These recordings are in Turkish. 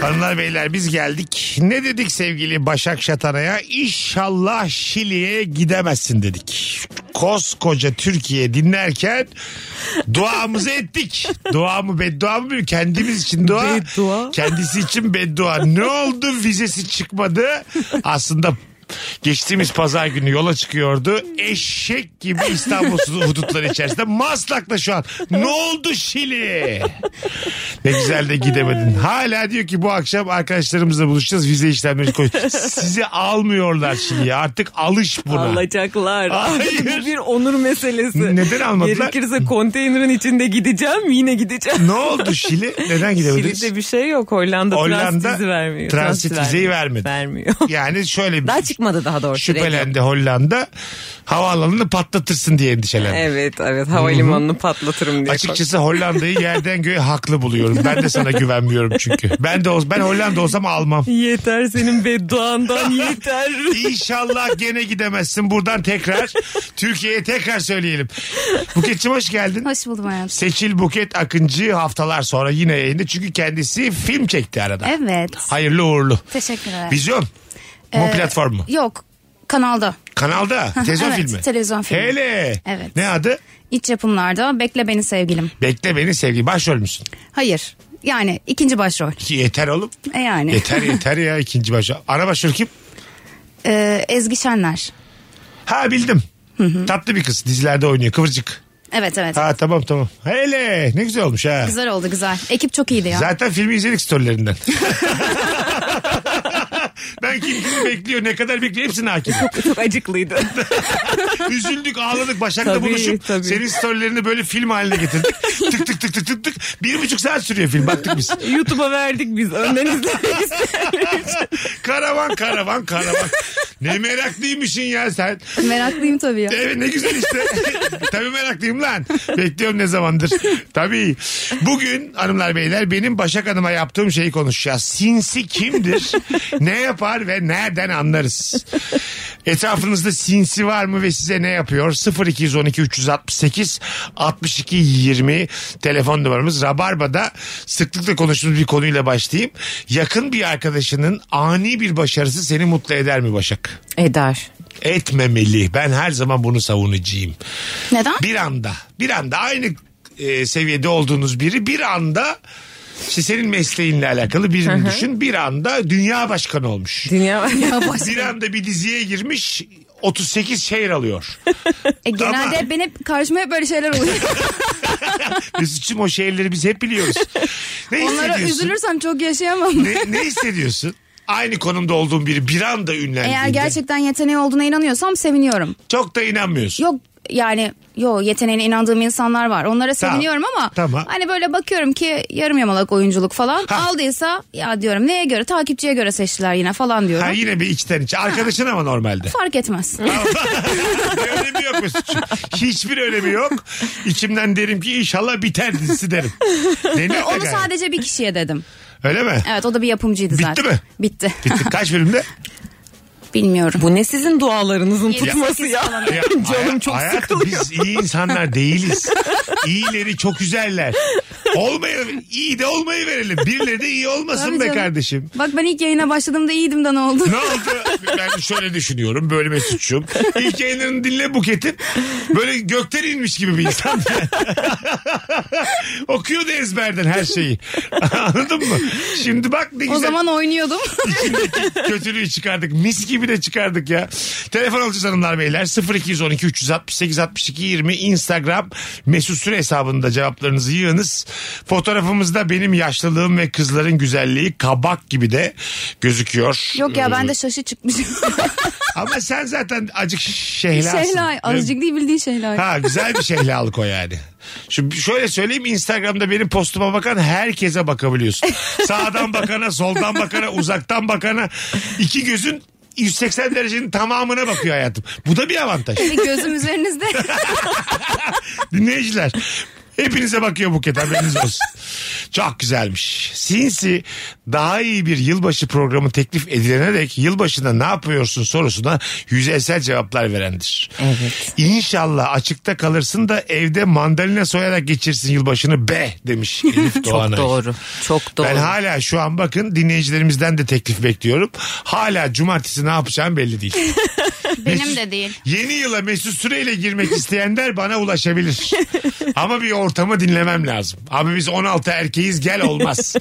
Hanımlar beyler biz geldik. Ne dedik sevgili Başak Şatana'ya? İnşallah Şili'ye gidemezsin dedik. Koskoca Türkiye dinlerken duamızı ettik. Duamı beddua mı bilmiyorum. kendimiz için dua. Beddua. Kendisi için beddua. Ne oldu vizesi çıkmadı. Aslında Geçtiğimiz pazar günü yola çıkıyordu. Eşek gibi İstanbul hudutları içerisinde. Maslak'ta şu an. Ne oldu Şili? Ne güzel de gidemedin. Hala diyor ki bu akşam arkadaşlarımızla buluşacağız. Vize işlemleri koş. Sizi almıyorlar Şili'ye. Artık alış buna. Alacaklar. Hayır. Bu bir onur meselesi. Neden almadılar? Gerekirse konteynerin içinde gideceğim yine gideceğim. Ne oldu Şili? Neden gidemediniz? Şili'de bir şey yok. Hollanda, Hollanda transit izi vermiyor. transit vizeyi vermedi. Vermiyor. Yani şöyle bir Daha çıkmadı daha doğrusu. şüphelendi Hollanda. Havaalanını patlatırsın diye endişelendi. Evet evet havalimanını patlatırım diye. Açıkçası Hollanda'yı yerden göğe haklı buluyorum. Ben de sana güvenmiyorum çünkü. Ben de ol, ben Hollanda olsam almam. Yeter senin bedduandan yeter. İnşallah gene gidemezsin buradan tekrar. Türkiye'ye tekrar söyleyelim. Buketçim hoş geldin. Hoş buldum hayatım. Seçil Buket Akıncı haftalar sonra yine yayında. Çünkü kendisi film çekti arada. Evet. Hayırlı uğurlu. Teşekkürler. Ee, Vizyon. Bu platform mu? Yok. Kanalda. Kanalda. Televizyon evet, filmi. televizyon filmi. Hele. Evet. Ne adı? İç yapımlarda. Bekle beni sevgilim. Bekle beni sevgi. Başrol müsün? Hayır. Yani ikinci başrol. Yeter oğlum. E yani. Yeter yeter ya ikinci başrol. Ana başrol kim? Ee, Ezgi Şenler. Ha bildim. Tatlı bir kız dizilerde oynuyor kıvırcık. Evet evet. Ha tamam tamam. Hele ne güzel olmuş ha. Güzel oldu güzel. Ekip çok iyiydi ya. Zaten filmi izledik storylerinden. ben kim kimi bekliyor ne kadar bekliyor hepsini hakim. Çok acıklıydı. Üzüldük ağladık Başak'la Tabii, buluşup tabii. senin storylerini böyle film haline getirdik. tık tık tık tık tık tık. Bir buçuk saat sürüyor film baktık biz. YouTube'a verdik biz. Önden izlemek istedik. Karavan karavan karavan. Ne meraklıymışsın ya sen. Meraklıyım tabii ya. Evet ne güzel işte. Tabii meraklıyım lan. Bekliyorum ne zamandır. Tabii. Bugün hanımlar beyler benim Başak Hanım'a yaptığım şeyi konuşacağız. Sinsi kimdir? ne yapar ve nereden anlarız? Etrafınızda sinsi var mı ve size ne yapıyor? 0212 368 62 20 telefon numaramız. Rabarba'da sıklıkla konuştuğumuz bir konuyla başlayayım. Yakın bir arkadaşının ani bir başarısı seni mutlu eder mi Başak? Eder. etmemeli. Ben her zaman bunu savunucuyum. Neden? Bir anda, bir anda aynı e, seviyede olduğunuz biri bir anda işte senin mesleğinle alakalı birini düşün. Bir anda dünya başkanı olmuş. Dünya Bir anda bir diziye girmiş 38 şehir alıyor. E, genelde ben hep karşıma hep böyle şeyler oluyor. Mesut'cum o şehirleri biz hep biliyoruz. Ne Onlara hissediyorsun? üzülürsem çok yaşayamam. Ne, ne hissediyorsun? Aynı konumda olduğun biri bir anda ünlendiğinde. Eğer gerçekten yeteneği olduğuna inanıyorsam seviniyorum. Çok da inanmıyorsun. Yok yani yo yeteneğine inandığım insanlar var. Onlara Tamam. seviniyorum ama Tamam. hani böyle bakıyorum ki yarım yamalak oyunculuk falan Ha. aldıysa ya diyorum neye göre takipçiye göre seçtiler yine falan diyorum. Ha yine bir içten içe. Arkadaşın ama normalde. Fark etmez. bir önemi yok Mesut'cum. Hiçbir önemi yok. İçimden derim ki inşallah biter dizisi derim. Denir de Onu gayet. sadece bir kişiye dedim. Öyle mi? Evet o da bir yapımcıydı Bitti zaten. mi? Bitti. Bitti. Kaç bölümde? Bilmiyorum. Bu ne sizin dualarınızın tutması 78 ya. falan. Ya, Canım haya- çok hayatım, sıkılıyor. Biz iyi insanlar değiliz. İyileri çok üzerler. Olmayı, iyi de olmayı verelim. Birileri de iyi olmasın Tabii be canım. kardeşim. Bak ben ilk yayına başladığımda iyiydim de ne oldu? Ne oldu? Ben şöyle düşünüyorum. Böyle Mesut'cum. İlk yayınlarını dinle Buket'in. Böyle gökten inmiş gibi bir insan. Okuyordu ezberden her şeyi. Anladın mı? Şimdi bak ne güzel. O zaman oynuyordum. Kötülüğü çıkardık. Mis gibi de çıkardık ya. Telefon alacağız hanımlar beyler. 0212 368 62 20 Instagram mesut süre hesabında cevaplarınızı yığınız. Fotoğrafımızda benim yaşlılığım ve kızların güzelliği kabak gibi de gözüküyor. Yok ya Ee, ben de şaşı çıkmış. ama sen zaten acık şehlasın. şeyler azıcık değil bildiğin şeyler. Ha güzel bir şehlalık o yani. Şu şöyle söyleyeyim Instagram'da benim postuma bakan herkese bakabiliyorsun. Sağdan bakana, soldan bakana, uzaktan bakana iki gözün 180 derecenin tamamına bakıyor Şey, hayatım. Bu da bir avantaj. Ve Gözüm üzerinizde. Dinleyiciler Hepinize bakıyor Buket haberiniz olsun. Çok güzelmiş. Sinsi daha iyi bir yılbaşı programı teklif edilene dek yılbaşında ne yapıyorsun sorusuna yüzeysel cevaplar verendir. Evet. İnşallah açıkta kalırsın da evde mandalina soyarak geçirsin yılbaşını be demiş Elif Çok Doğanay. doğru. Çok doğru. Ben hala şu an bakın dinleyicilerimizden de teklif bekliyorum. Hala cumartesi ne yapacağım belli değil. Benim de değil. Yeni yıla Mesut Süreyle girmek isteyenler bana ulaşabilir. Ama bir ortamı dinlemem lazım. Abi biz 16 erkeğiz gel olmaz.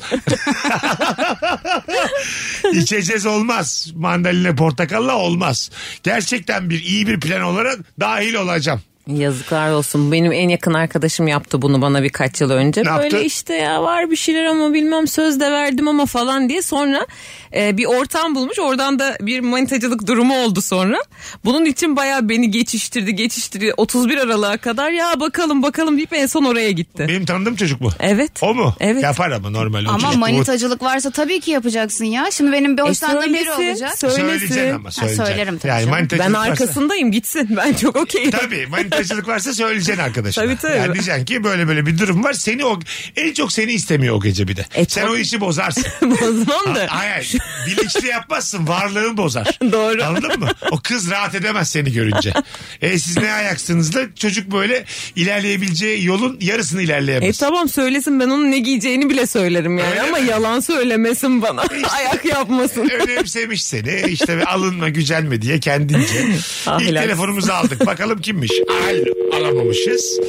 İçeceğiz olmaz. Mandalina portakalla olmaz. Gerçekten bir iyi bir plan olarak dahil olacağım. Yazıklar olsun. Benim en yakın arkadaşım yaptı bunu bana birkaç yıl önce. Ne yaptı? Böyle işte ya var bir şeyler ama bilmem söz de verdim ama falan diye sonra e, bir ortam bulmuş. Oradan da bir manitacılık durumu oldu sonra. Bunun için bayağı beni geçiştirdi geçiştirdi. 31 Aralık'a kadar ya bakalım bakalım deyip en son oraya gitti. Benim tanıdığım çocuk mu? Evet. O mu? Evet. Yapar ama normal. o Ama çocuk. manitacılık varsa tabii ki yapacaksın ya. Şimdi benim bir E, hoşlandığım biri söylesin, olacak. Söylesin. Söyleyeceksin ama söyleyeceksin. söylerim tabii canım. manitacılık Ben varsa- arkasındayım gitsin. Ben çok okeyim. Tabii manitacılık varsa söyleyeceksin arkadaşına. Tabii, tabii. Yani diyeceksin ki böyle böyle bir durum var. Seni o en çok seni istemiyor o gece bir de. E, Sen tabii. o işi bozarsın. Bozmam da. Hayır, hayır. bilinçli yapmazsın varlığın bozar. Doğru. Anladın mı? O kız rahat edemez seni görünce. e siz ne ayaksınız da çocuk böyle ilerleyebileceği yolun yarısını E ilerleyemez. tamam söylesin ben onun ne giyeceğini bile söylerim yani Öyle ama mi? yalan söylemesin bana. Ayak yapmasın. Önemsemiş seni işte bir alınma gücenme diye kendince. İlk Ahlaksız. telefonumuzu aldık bakalım kimmiş. Alo alamamışız.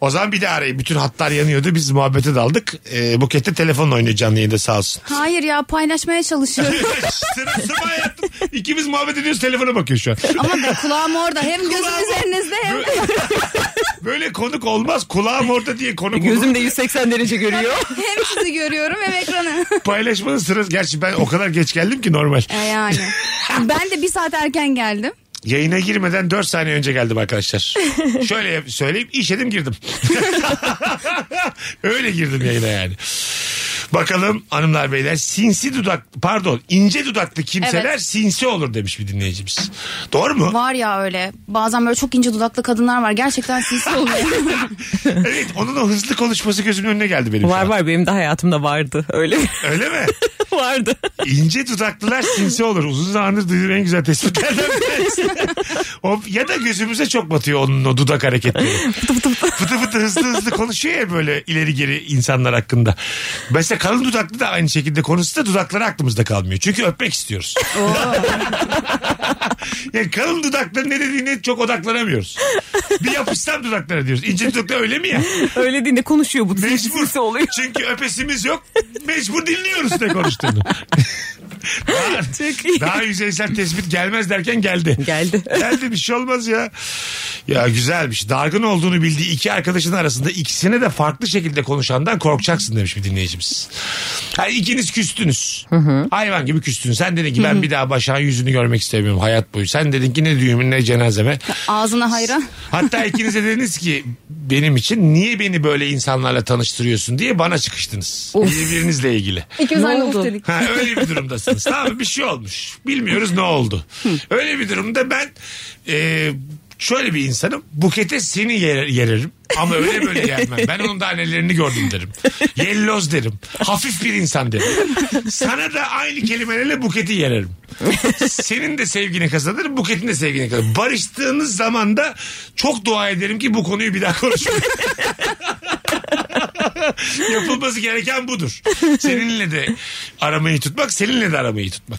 O zaman bir de arayın. Bütün hatlar yanıyordu. Biz muhabbete daldık. Ee, Buket'te telefonla oynuyor canlı yayında sağ olsun. Hayır ya paylaşmaya çalışıyorum. Sırası mı hayatım? İkimiz muhabbet ediyoruz telefona bakıyor şu an. Ama ben kulağım orada. Hem gözüm Kulağım- üzerinizde hem Böyle konuk olmaz. Kulağım orada diye konuk olur. Gözüm de 180 derece görüyor. Hem sizi görüyorum hem ekranı. Paylaşmanın sırası. Gerçi ben o kadar geç geldim ki normal. E yani. Ben de bir saat erken geldim. Yayına girmeden 4 saniye önce geldim arkadaşlar. Şöyle yap- söyleyeyim işedim girdim. Öyle girdim yayına yani. Bakalım hanımlar beyler sinsi dudak pardon ince dudaklı kimseler Evet. sinsi olur demiş bir dinleyicimiz. Doğru mu? Var ya öyle. Bazen böyle çok ince dudaklı kadınlar var. Gerçekten sinsi oluyor. evet onun o hızlı konuşması gözümün önüne geldi benim. şu Var an. var benim de hayatımda vardı öyle Öyle mi? vardı. İnce dudaklılar sinsi olur. Uzun zamandır duyduğum en güzel tespitlerden birisi. O- ya da gözümüze çok batıyor onun o dudak hareketleri. fıtı fıtı fıtı. hızlı hızlı konuşuyor ya böyle ileri geri insanlar hakkında. Mesela kalın dudaklı da aynı şekilde konuşsa da dudakları aklımızda kalmıyor. Çünkü öpmek istiyoruz. yani kalın dudakların ne dediğine çok odaklanamıyoruz. Bir yapışsam dudaklara diyoruz. İnce dudaklı öyle mi ya? Öyle değil de konuşuyor bu Mecbur. sinsi oluyor. Çünkü öpesimiz yok. Mecbur dinliyoruz ne konuştuğunu. daha, Çok iyi. daha yüzeysel tespit gelmez derken geldi. Geldi. Geldi bir şey olmaz ya. Ya güzelmiş. Dargın olduğunu bildiği iki arkadaşın arasında ikisine de farklı şekilde konuşandan korkacaksın demiş bir dinleyicimiz. Ha, ikiniz küstünüz. Hayvan gibi küstünüz. Sen dedin ki ben bir daha Başak'ın yüzünü görmek istemiyorum hayat boyu. Sen dedin ki ne düğümün ne cenazeme. Ağzına hayran. Hatta ikiniz de dediniz ki benim için niye beni böyle insanlarla tanıştırıyorsun diye bana çıkıştınız. Birbirinizle ilgili. İkimiz Ne aynı oldu? uf dedik. Ha, öyle bir durumdasınız. tamam mı? bir şey olmuş. Bilmiyoruz ne oldu. öyle bir durumda ben e, şöyle bir insanım. Bukete seni yer, yererim. Ama öyle böyle yermem. Ben onun da annelerini gördüm derim. Yelloz derim. Hafif bir insan derim. Sana da aynı kelimelerle buketi yererim. Senin de sevgini kazanırım. Buketin de sevgini kazanırım. Barıştığınız zaman da çok dua ederim ki bu konuyu bir daha konuşmayalım. Yapılması gereken budur. Seninle de aramayı tutmak, seninle de aramayı tutmak.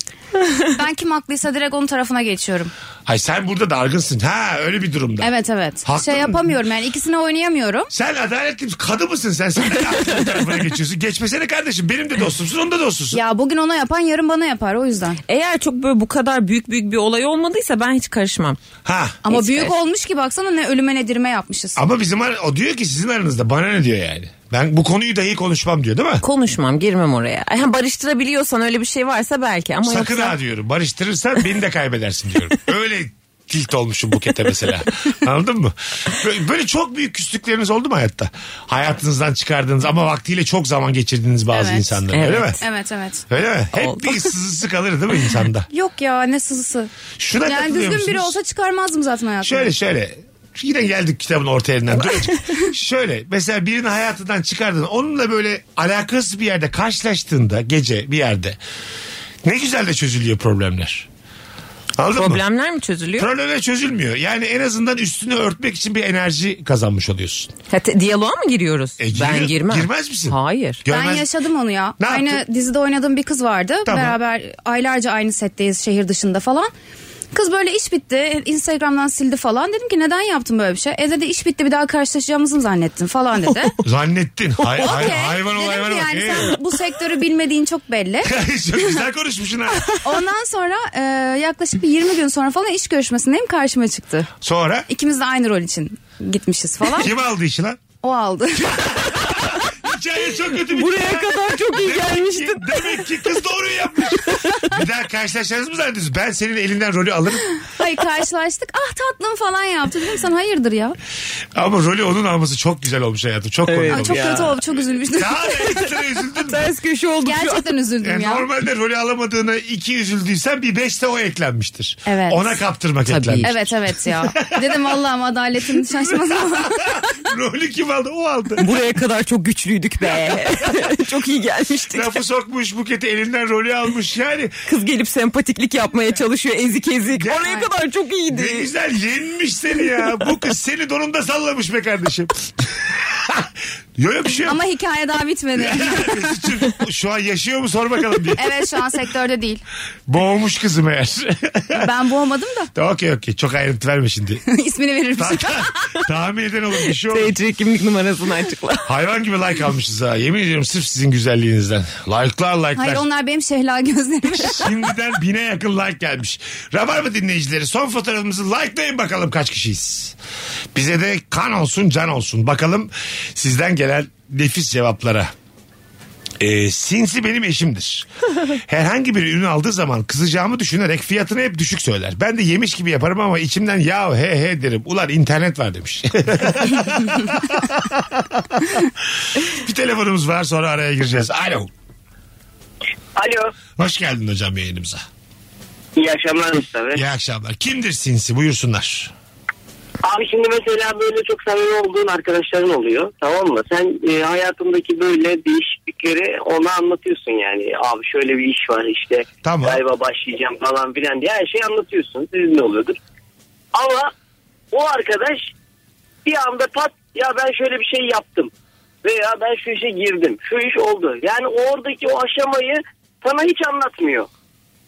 Ben kim haklıysa direkt onun tarafına geçiyorum. Hay sen burada dargınsın. Ha öyle bir durumda. Evet evet. Haklı Şey mı? yapamıyorum yani ikisini oynayamıyorum. Sen adaletli kadı mısın sen? Sen de haklının tarafına geçiyorsun. Geçmesene kardeşim. Benim de dostumsun, onun da dostusun. Ya bugün ona yapan yarın bana yapar o yüzden. Eğer çok böyle bu kadar büyük büyük bir olay olmadıysa ben hiç karışmam. Ha. Ama Hiç büyük karşı- olmuş ki baksana ne ölüme ne dirime yapmışız. Ama bizim ar- o diyor ki sizin aranızda bana ne diyor yani? Ben bu konuyu dahi konuşmam diyor değil mi? Konuşmam girmem oraya. Yani barıştırabiliyorsan öyle bir şey varsa belki ama Sakın yoksa... ha diyorum. Barıştırırsan beni de kaybedersin diyorum. Öyle tilt olmuşum bukete mesela. Anladın mı? Böyle, böyle çok büyük küslükleriniz oldu mu hayatta? Hayatınızdan çıkardığınız ama vaktiyle çok zaman geçirdiğiniz bazı Evet. insanlar. Öyle mi? Evet. Evet evet. Öyle mi? Hep Oldu. bir sızısı kalır değil mi insanda? Yok ya ne sızısı. Şuna Yani katılıyor düzgün biri musunuz? olsa çıkarmazdım zaten hayatımda. Şöyle şöyle. yine geldik kitabın orta yerinden. Dur. Şöyle mesela birini hayatından çıkardın. Onunla böyle alakasız bir yerde karşılaştığında gece bir yerde ne güzel de çözülüyor problemler. Anladın mı? Problemler mi çözülüyor? Problemler çözülmüyor. Yani en azından üstünü örtmek için bir enerji kazanmış oluyorsun. Ha, te- diyaloğa mı giriyoruz? E, giriyor- ben girmem. girmez misin? Hayır. Ben Görmez- yaşadım onu ya. Ne aynı yaptın? dizide oynadığım bir kız vardı. Tamam. Beraber aylarca aynı setteyiz şehir dışında falan. Kız böyle iş bitti. Instagram'dan sildi falan. Dedim ki neden yaptın böyle bir şey? E dedi iş bitti bir daha karşılaşacağımızı mı zannettin falan dedi. Zannettin. Hay, hay, Okey. hayvan ol Dedim hayvan ki ol. yani Ee? sen bu sektörü bilmediğin çok belli. Çok güzel konuşmuşsun ha. Ondan sonra e, yaklaşık bir 20 gün sonra falan iş görüşmesindeyim karşıma çıktı. Sonra İkimiz de aynı rol için gitmişiz falan. kim aldı işi lan? O aldı. Hikaye çok kötü bir Buraya kadar çok iyi gelmiştin. Demek ki kız doğruyu yapmış. bir daha karşılaşacağınızı mı zannediyorsunuz? Ben senin elinden rolü alırım. Hayır karşılaştık. Ah tatlım falan yaptı. Dedim sen hayırdır ya. Ama rolü onun alması çok güzel olmuş hayatım. Çok komik Evet. Ay, olmuş. çok Ya. kötü oldu. Çok üzülmüştüm. Daha da ekstra üzüldün mü? Ters köşe olduk şu an. Gerçekten üzüldüm Yani ya. normalde rolü alamadığına iki üzüldüysen bir beş de o eklenmiştir. Evet. Ona kaptırmak eklenmiş. Evet evet ya. Dedim Allah'ım adaletin şaşmaz ama. rolü kim aldı? O aldı. Buraya kadar çok güçlüydük be. çok iyi gelmiştik. Lafı sokmuş Buket'i elinden rolü almış. Yani Kız gelip sempatiklik yapmaya çalışıyor ezik ezik. Ya- Oraya kadar çok ne iyiydi. güzel yenmiş seni ya. Bu kız seni donunda sallamış be kardeşim. yok yok bir şey yok. ama hikaye daha bitmedi. Mesut'cum, Şu an yaşıyor mu sor bakalım bir. Evet şu an sektörde değil. Boğmuş kızım eğer. Ben boğmadım da okey okey çok ayrıntı verme şimdi. ismini veririm. Ta- ta- Tahmin eden olur bir şey olur. TC kimlik numarasını açıkla. Hayvan gibi like almışız ha. Yemin ediyorum sırf sizin güzelliğinizden. Like'lar like'lar. Hayır onlar benim şehla gözlerim. Şimdiden bine yakın like gelmiş. Rabarba dinleyicileri son fotoğrafımızı likelayın bakalım kaç kişiyiz. Bize de kan olsun can olsun. Bakalım sizden gelen nefis cevaplara. Ee, sinsi benim eşimdir. Herhangi bir ürün aldığı zaman kızacağımı düşünerek fiyatını hep düşük söyler. Ben de yemiş gibi yaparım ama içimden ya he he derim. Ulan internet var demiş. bir telefonumuz var sonra araya gireceğiz. Alo. Alo. Hoş geldin hocam yayınımıza. İyi akşamlar Mustafa. İyi akşamlar. Kimdir sinsi? Buyursunlar. Abi şimdi mesela böyle çok samimi olduğun arkadaşların oluyor. Tamam mı? Sen e, hayatındaki böyle değişiklikleri ona anlatıyorsun yani. Abi şöyle bir iş var işte. Tamam. Galiba başlayacağım falan filan diye her şeyi anlatıyorsun. Sizin de oluyordur. Ama o arkadaş bir anda pat ya ben şöyle bir şey yaptım. Veya ben şu işe girdim. Şu iş oldu. Yani oradaki o aşamayı sana hiç anlatmıyor.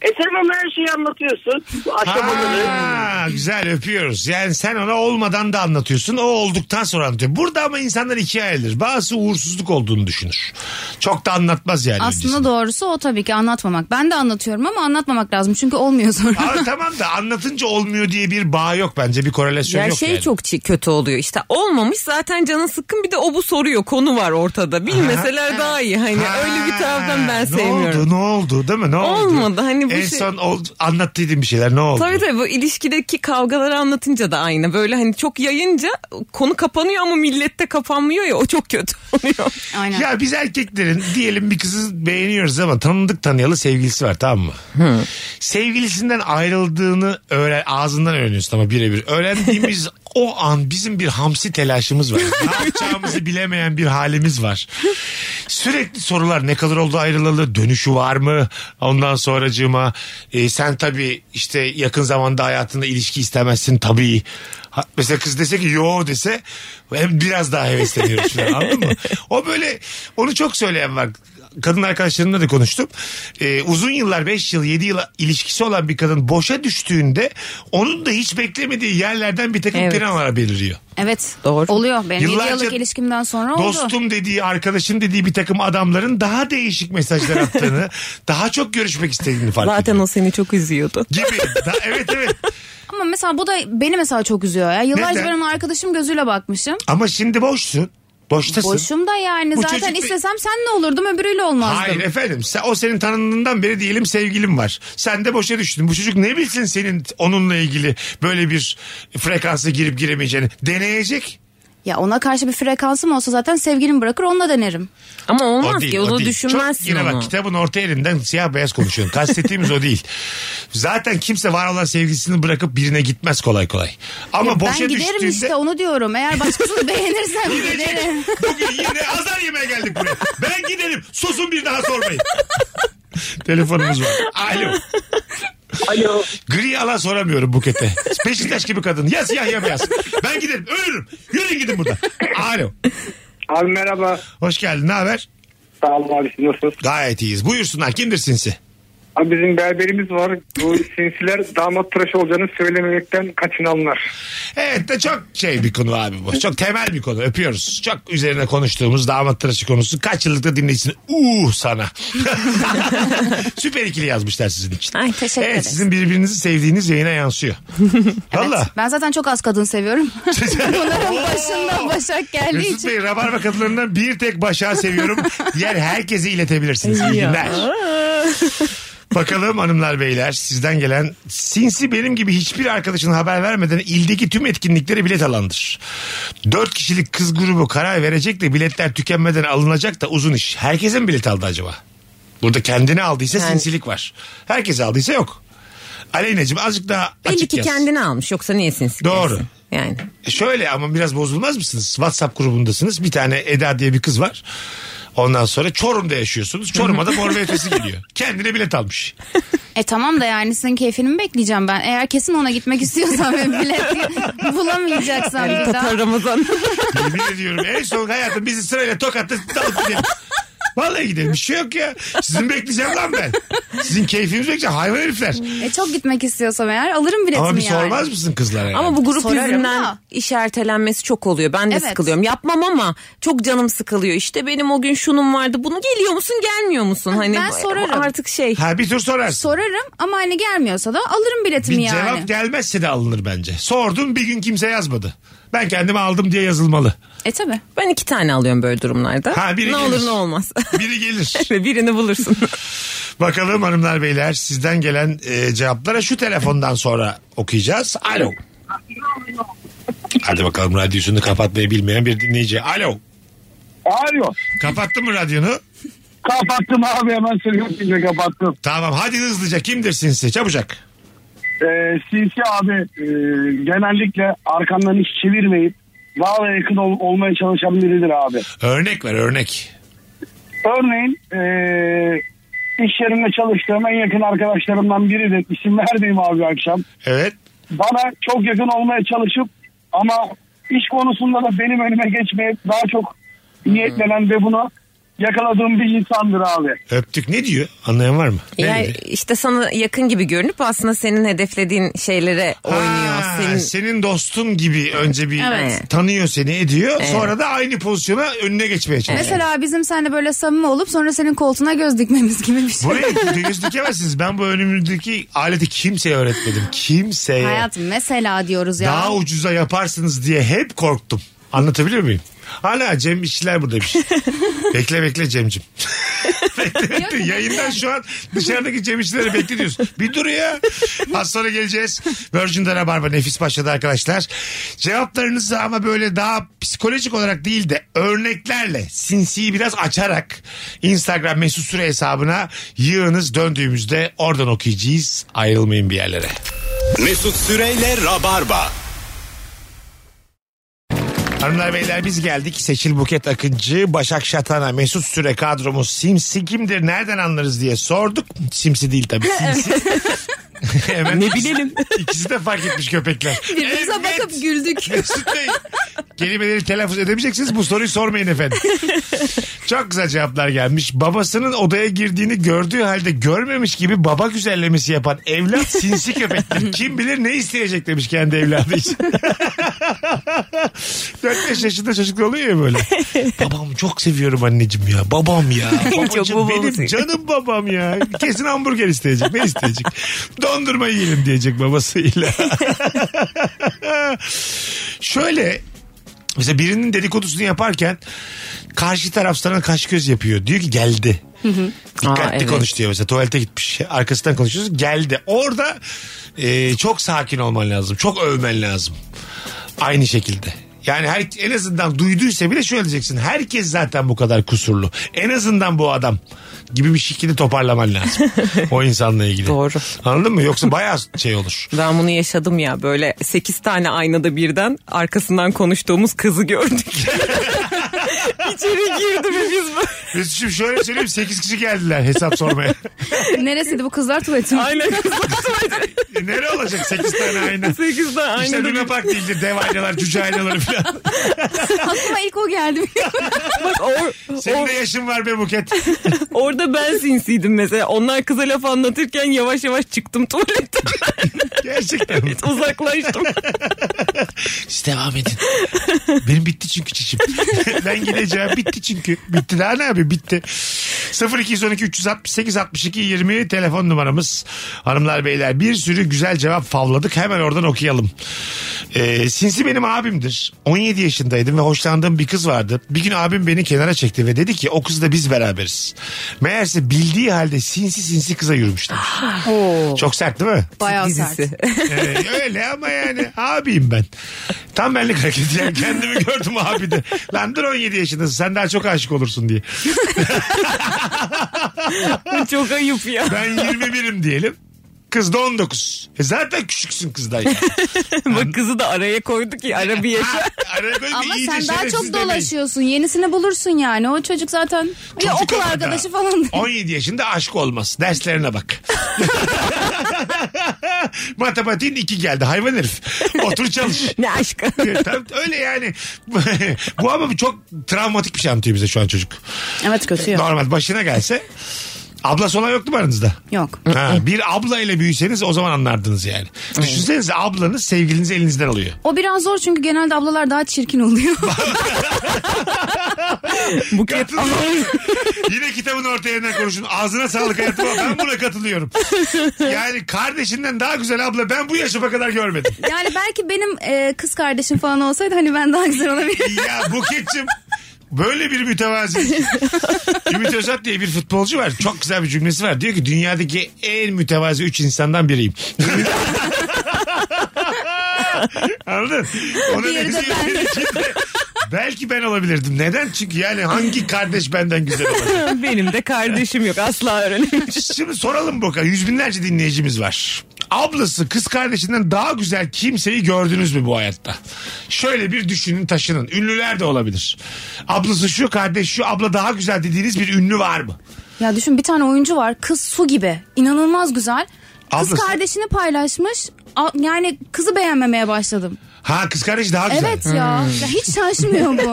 E sen ona her şeyi anlatıyorsun. Bu Aşamaları. Ha, güzel öpüyoruz. Yani sen ona olmadan da anlatıyorsun. O olduktan sonra anlatıyor. Burada ama insanlar ikiye ayrılır. Bazısı uğursuzluk olduğunu düşünür. Çok da anlatmaz yani. Aslında doğrusu o tabii ki anlatmamak. Ben de anlatıyorum ama anlatmamak lazım çünkü olmuyor sonra. Ama tamam da anlatınca olmuyor diye bir bağ yok bence. Bir korelasyon Ya yok şey yani. çok çi- kötü oluyor işte olmamış zaten canın sıkkın bir de o bu soruyor konu var ortada bilmeseler daha iyi hani Ha, öyle bir taraftan ben sevmiyorum. Ne oldu ne oldu değil mi ne oldu? Olmadı, hani bu En şey- son ol- anlattıydın bir şeyler ne oldu? Tabii tabii bu ilişkideki kavgaları anlatınca da aynı. Böyle hani çok yayınca konu kapanıyor ama millette kapanmıyor ya o çok kötü oluyor. Aynen. Ya biz erkeklerin diyelim bir kızı beğeniyoruz ama tanıdık tanıyalı sevgilisi var tamam mı? Sevgilisinden ayrıldığını öğren, ağzından öğreniyorsun ama birebir. Öğrendiğimiz o an bizim bir hamsi telaşımız var. ne yapacağımızı bilemeyen bir halimiz var. Sürekli sorular ne kadar oldu ayrılalı dönüşü var mı ondan sonracığıma e, sen tabii işte yakın zamanda hayatında ilişki istemezsin tabii. Ha- Mesela kız dese ki yo dese hem biraz daha hevesleniyoruz falan anladın mı? O böyle onu çok söyleyen var. Kadın arkadaşlarımla da konuştum. E, uzun yıllar 5 yıl 7 yıl ilişkisi olan bir kadın boşa düştüğünde onun da hiç beklemediği yerlerden bir takım Evet. kıramalar beliriyor. Evet. Doğru. Oluyor. Benim yedi Yıllarca yıllık ilişkimden sonra oldu. Dostum dediği, arkadaşım dediği bir takım adamların daha değişik mesajlar attığını, daha çok görüşmek istediğini fark Zaten ediyor. o seni çok üzüyordu. Gibi. Da- evet evet. Ama mesela bu da beni mesela çok üzüyor ya. Yıllarca Neden? ben ona arkadaşım gözüyle bakmışım. Ama şimdi boşsun. Boştasın. Boşum da yani. Bu Zaten çocuk bir- istesem senle olurdum öbürüyle olmazdım. Hayır efendim. Sen, o senin tanındığından beri diyelim sevgilim var. Sen de boşa düştün. Bu çocuk ne bilsin senin onunla ilgili böyle bir frekansa girip giremeyeceğini. Deneyecek. Ya ona karşı bir frekansım olsa zaten sevgilim bırakır onunla denerim. Ama olmaz değil, ki onu değil. düşünmezsin Çok, yine onu. bak kitabın orta elinden siyah beyaz konuşuyorsun. Kastettiğimiz o değil. Zaten kimse var olan sevgilisini bırakıp birine gitmez kolay kolay. Ama boşa ben giderim düştüğünde... işte onu diyorum. Eğer başkasını beğenirsem giderim. Bugün yine azar yemeye geldik buraya. Ben giderim. Susun bir daha sormayın. Telefonumuz var. Alo. Alo. Gri alan soramıyorum bukete. Beşiktaş gibi kadın. Ya siyah ya beyaz. Ben giderim. Ölürüm. Yürüyün gidin buradan. Alo. Abi merhaba. Hoş geldin. Ne haber? Sağ olun abi siz nasılsınız? Gayet iyiyiz. Buyursunlar. Kimdir sinsi? Abi bizim berberimiz var. Bu sinsiler damat tıraşı olacağını söylememekten kaçınanlar. Evet de çok şey bir konu abi bu. Çok temel bir konu. Öpüyoruz. Çok üzerine konuştuğumuz damat tıraşı konusu. Kaç yıllık da dinleyicisi. Uuu sana. Süper ikili yazmışlar sizin için. Ay teşekkür Evet ederiz. sizin birbirinizi sevdiğiniz yayına yansıyor. Valla. Ben zaten çok az kadın seviyorum. Bunların başında Başak geldiği Mesut için. Bey rabarba kadınlarından bir tek başa seviyorum. Diğer herkese iletebilirsiniz. İyi günler. Bakalım hanımlar beyler sizden gelen sinsi benim gibi hiçbir arkadaşına haber vermeden ildeki tüm etkinliklere bilet alandır. Dört kişilik kız grubu karar verecek de biletler tükenmeden alınacak da uzun iş. Herkese mi bilet aldı acaba? Burada kendini aldıysa sinsilik var. Herkes aldıysa yok. Aleyna'cığım azıcık daha Belli açık ki yaz. kendini almış yoksa niye sinsi Doğru. kızsın? Yani. E Şöyle ama biraz bozulmaz mısınız? WhatsApp grubundasınız. Bir tane Eda diye bir kız var. Ondan sonra Çorum'da yaşıyorsunuz. Çorum'a da mor ve ötesi geliyor. Kendine bilet almış. E tamam da yani sizin keyfini mi bekleyeceğim ben? Eğer kesin ona gitmek istiyorsan ve bilet bulamayacaksam bir daha. Tatar Ramazan. Yemin ediyorum en son hayatım bizi sırayla tokatla dalıp gidelim. Vallahi gidelim. Bir şey yok ya. Sizin bekleyeceğim lan ben. Sizin keyfinizi bekleyeceğim. Hayvan herifler. E çok gitmek istiyorsam eğer alırım biletimi Ama bir yani. sormaz mısın kızlara? yani? Ama bu grup Sorarım yüzünden da. iş ertelenmesi çok oluyor. Ben de Evet. sıkılıyorum. Yapmam ama çok canım sıkılıyor. İşte benim o gün şunum vardı. Bunu geliyor musun gelmiyor musun? Hani ben sorarım. Artık şey. Ha bir tur sorarsın. Sorarım ama hani gelmiyorsa da alırım biletimi bir yani. cevap gelmezse de alınır bence. Sordum bir gün kimse yazmadı. Ben kendimi aldım diye yazılmalı. E tabi. Ben iki tane alıyorum böyle durumlarda. Ha, biri ne gelir. olur ne olmaz. Biri gelir. Ve Birini bulursun. Bakalım hanımlar beyler sizden gelen e, cevaplara şu telefondan sonra okuyacağız. Alo. Hadi bakalım radyosunu kapatmayı bilmeyen bir dinleyici. Alo. Alo. Kapattın mı radyonu? Kapattım abi hemen söyleyince kapattım. Tamam hadi hızlıca kimdirsin size çabucak. Ee, sinsi abi e, genellikle arkandan hiç çevirmeyip daha da yakın ol- olmaya çalışan biridir abi. Örnek ver örnek. Örneğin e, iş yerinde çalıştığım en yakın arkadaşlarımdan biri de isim vermeyeyim abi akşam. Evet. Bana çok yakın olmaya çalışıp ama iş konusunda da benim önüme geçmeyip daha çok niyetlenen ve bunu yakaladığım bir insandır abi. Öptük ne diyor? Anlayan var mı? Ne yani dedi? işte sana yakın gibi görünüp aslında senin hedeflediğin şeylere oynuyor. Ha, Senin... senin... dostun gibi önce bir Evet. tanıyor seni ediyor. Sonra da aynı pozisyona önüne geçmeye çalışıyor. Mesela bizim seninle böyle samimi olup sonra senin koltuğuna göz dikmemiz gibi bir şey. Buraya göz dikemezsiniz. Ben bu önümüzdeki aleti kimseye öğretmedim. Kimseye. Hayatım mesela diyoruz ya. Daha ucuza yaparsınız diye hep korktum. Anlatabiliyor muyum? Hala Cem işçiler buradaymış. bekle bekle Cem'cim. bekle bekle. Yayından şu an dışarıdaki Cem işçileri bekliyoruz. Bir dur ya. Az sonra geleceğiz. Virgin'de Rabarba nefis başladı arkadaşlar. Cevaplarınızı ama böyle daha psikolojik olarak değil de örneklerle sinsiyi biraz açarak Instagram mesut süre hesabına yığınız döndüğümüzde oradan okuyacağız. Ayrılmayın bir yerlere. Mesut Süreyle Rabarba. Hanımlar beyler biz geldik. Seçil Buket Akıncı, Başak Şatana, Mesut Süre kadromuz Simsi kimdir nereden anlarız diye sorduk. Simsi değil tabii Simsi. Hemen ne bilelim. İkisi de fark etmiş köpekler. Birbirimize bakıp güldük. Mesut Bey. Kelimeleri telaffuz edemeyeceksiniz bu soruyu sormayın efendim. Çok güzel cevaplar gelmiş. Babasının odaya girdiğini gördüğü halde görmemiş gibi baba güzellemesi yapan evlat sinsi köpektir. Kim bilir ne isteyecek demiş kendi evladı için. 4-5 yaşında çocuklar oluyor ya böyle. Babam çok seviyorum anneciğim ya. Babam ya. Babacığım babamı benim seviyorum. canım babam ya. Kesin hamburger isteyecek. Ne isteyecek? Dondurma yiyelim diyecek babasıyla. Şöyle mesela birinin dedikodusunu yaparken karşı taraf sana kaş göz yapıyor. Diyor ki geldi. Dikkatli Aa, evet. konuş diyor mesela tuvalete gitmiş şey, arkasından konuşuyorsun geldi. Orada e, çok sakin olman lazım çok övmen lazım aynı şekilde. Yani her, en azından duyduysa bile şöyle diyeceksin. Herkes zaten bu kadar kusurlu. En azından bu adam gibi bir şekilde toparlaman lazım. o insanla ilgili. Doğru. Anladın mı? Yoksa bayağı şey olur. Ben bunu yaşadım ya böyle 8 tane aynada birden arkasından konuştuğumuz kızı gördük. İçeri girdi ve biz böyle. Mesut'cum şöyle söyleyeyim 8 kişi geldiler hesap sormaya. Neresiydi bu kızlar tuvaleti mi? Aynen E, Nere olacak 8 tane ayna? 8 tane İşte aynada Luna Park değildir. Dev aynalar, cüce aynaları falan. Aklıma ilk o geldi. Bak or- Senin or- de yaşın var be Buket. orada ben sinsiydim mesela. Onlar kıza laf anlatırken yavaş yavaş çıktım tuvaletten Gerçekten. uzaklaştım. Siz devam edin. Benim bitti çünkü çişim. ben gideceğim. Bitti çünkü. Bitti daha ne abi bitti. 0212 368 62 20 telefon numaramız. Hanımlar beyler bir sürü güzel cevap favladık. Hemen oradan okuyalım. Ee, sinsi benim abimdir. 17 yaşındaydım ve hoşlandığım bir kız vardı. Bir gün abim beni kenara çekti ve dedi ki o kızla biz beraberiz. Meğerse bildiği halde sinsi sinsi kıza yürümüş demiş. Çok sert değil mi? Bayağı sert. Dizisi. Ee, öyle ama yani abiyim ben. Tam benlik hareket yani kendimi gördüm abide. Lan dur 17 yaşındasın sen daha çok aşık olursun diye. Çok ayıp ya. Ben 21'im diyelim. Kız da 19. E zaten küçüksün kızdan ya. Bak kızı da araya koyduk ya ara bir yaşa. Araya koyun bir Ama iyice sen daha şerefsiz çok demeyin. dolaşıyorsun. Yenisini bulursun yani. O çocuk zaten ya Çocuk okul ama arkadaşı daha. falan. 17 yaşında aşk olmaz. Derslerine bak. Matematiğin 2 geldi. Hayvan herif. Otur çalış. Ne aşkı. Tam öyle yani. Bu ama bu çok travmatik bir şey anlatıyor bize şu an çocuk. Evet kötü ya. Normal başına gelse ablası olan yoktu mu aranızda? Yok. Ha, bir abla ile büyüseniz o zaman anlardınız yani. Düşünsenize ablanız sevgilinizi elinizden alıyor. O biraz zor çünkü genelde ablalar daha çirkin oluyor. Buket Katılıyorum. Yine kitabın orta yerinden konuşun. Ağzına sağlık hayatım. Ben buna katılıyorum. Yani kardeşinden daha güzel abla ben bu yaşıma kadar görmedim. yani belki benim e, kız kardeşim falan olsaydı hani ben daha güzel olabilirim. Ya Buket'cim böyle bir mütevazi. Ümit Özat diye bir futbolcu var. Çok güzel bir cümlesi var. Diyor ki dünyadaki en mütevazi üç insandan biriyim. Anladın? Ona Diğeri de benziyor. Belki de- Belki ben olabilirdim. Neden? Çünkü yani hangi kardeş benden güzel olabilir? benim de kardeşim yok asla öğrenemeyeceğim. Şimdi soralım Boka. Yüz binlerce dinleyicimiz var. Ablası kız kardeşinden daha güzel kimseyi gördünüz mü bu hayatta? Şöyle bir düşünün taşının. Ünlüler de olabilir. Ablası şu kardeş şu abla daha güzel dediğiniz bir ünlü var mı? ya düşün bir tane oyuncu var. Kız su gibi. İnanılmaz güzel. Kız Ablası. kardeşini paylaşmış. A- Yani kızı beğenmemeye başladım. Ha kız kardeş daha güzel. Hmm. Evet ya. ya hiç şaşmıyor bu.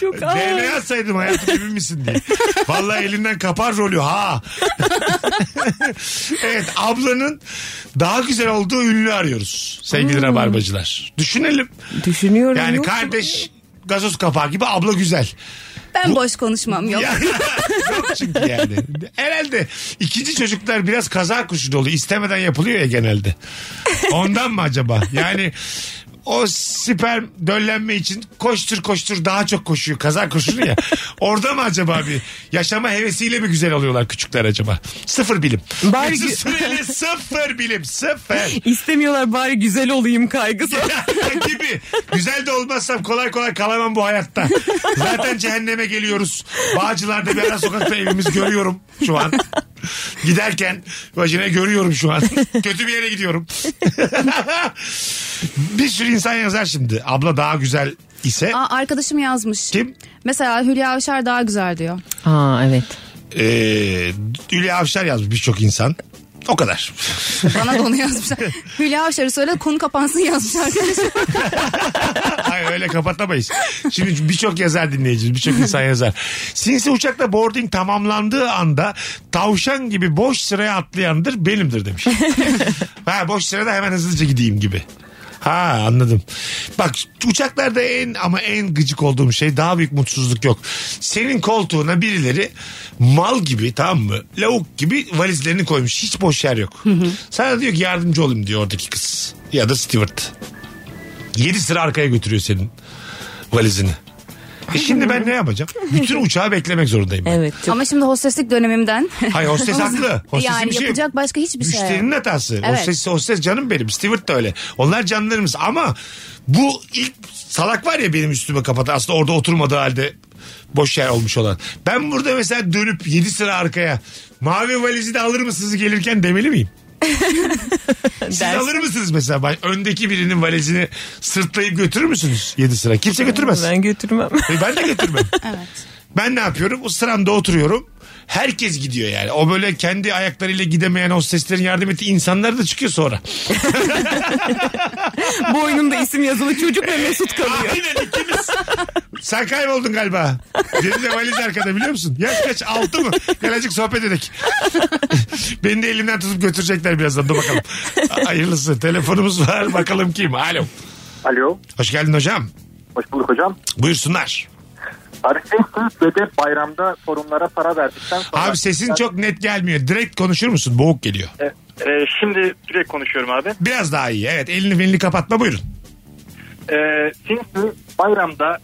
Çok ağır. DNA atsaydım hayatım emin misin diye. Vallahi elinden kapar rolü ha. evet ablanın daha güzel olduğu ünlü arıyoruz sevgili Hmm. rabarbacılar. Düşünelim. Düşünüyorum. Yani yok. kardeş gazoz kapağı gibi abla güzel. Ben boş konuşmam yok. Ya, yok çünkü yani. Herhalde ikinci çocuklar biraz kaza kuşu dolu. İstemeden yapılıyor ya genelde. Ondan mı acaba? Yani o sperm döllenme için koştur koştur daha çok koşuyor. Kaza koşunu ya. Orada mı acaba bir yaşama hevesiyle mi güzel oluyorlar küçükler acaba? Sıfır bilim. Bari- Mesut Süreyli sıfır bilim. Sıfır. İstemiyorlar bari güzel olayım kaygısı. gibi. Güzel de olmazsam kolay kolay kalamam bu hayatta. Zaten cehenneme geliyoruz. Bağcılar'da bir ara sokakta evimiz görüyorum şu an. Giderken vajine görüyorum şu an. Kötü bir yere gidiyorum. bir sürü insan yazar şimdi. Abla daha güzel ise Aa, arkadaşım yazmış. kim? Mesela Hülya Avşar daha güzel diyor. Ha evet. Ee, Hülya Avşar yazmış birçok insan. O kadar. Bana da onu yazmışlar. Hülya Avşar'ı söyle konu kapansın yazmışlar arkadaşım. Hayır öyle kapatamayız. Şimdi birçok yazar dinleyeceğiz. Birçok insan yazar. Sinsi uçakla boarding tamamlandığı anda tavşan gibi boş sıraya atlayandır benimdir demiş. ha boş sırada hemen hızlıca gideyim gibi. Ha anladım. Bak uçaklarda en ama en gıcık olduğum şey daha büyük mutsuzluk yok. Senin koltuğuna birileri mal gibi tamam mı? Lavuk gibi valizlerini koymuş. Hiç boş yer yok. Sana diyor ki yardımcı olayım diyor oradaki kız. Ya da steward. 7 sıra arkaya götürüyor senin valizini. E şimdi ben ne yapacağım? Bütün uçağı beklemek zorundayım. ben. Evet. Çok... Ama şimdi hosteslik dönemimden. Hayır hostes haklı. Hostesin yani bir şey yok. yapacak başka hiçbir şey. Müşterinin hatası. Evet. Hostes, hostes canım benim. Stewart da öyle. Onlar canlarımız ama bu ilk salak var ya benim üstüme kapatan. Aslında orada oturmadığı halde boş yer olmuş olan. Ben burada mesela dönüp 7 sıra arkaya mavi valizi de alır mısınız gelirken demeli miyim? Siz Dersin. alır mısınız mesela? Ben- Öndeki birinin valizini sırtlayıp götürür müsünüz 7 sıra? Kimse götürmez. Ben götürmem. E Ben de götürmem. Evet. Ben ne yapıyorum? O sıramda oturuyorum. Herkes gidiyor yani. O böyle kendi ayaklarıyla gidemeyen hosteslerin yardım ettiği insanlar da çıkıyor sonra. Boynunda isim yazılı çocuk ve Mesut kalıyor. Aynen ikimiz. Sen kayboldun galiba. Dedi de valiz arkada biliyor musun? Yaş kaç? Altı mı? Gel azıcık sohbet edek. Beni de elimden tutup götürecekler birazdan. Dur bakalım. Hayırlısı. Telefonumuz var. Bakalım kim? Alo. Alo. Hoş geldin hocam. Hoş bulduk hocam. Buyursunlar. Arif'in ve de bayramda sorunlara para verdikten sonra... Abi sesin çok net gelmiyor. Direkt konuşur musun? Boğuk geliyor. E, e, şimdi direkt konuşuyorum abi. Biraz daha iyi. Evet elini belini kapatma buyurun. E, çünkü bayramda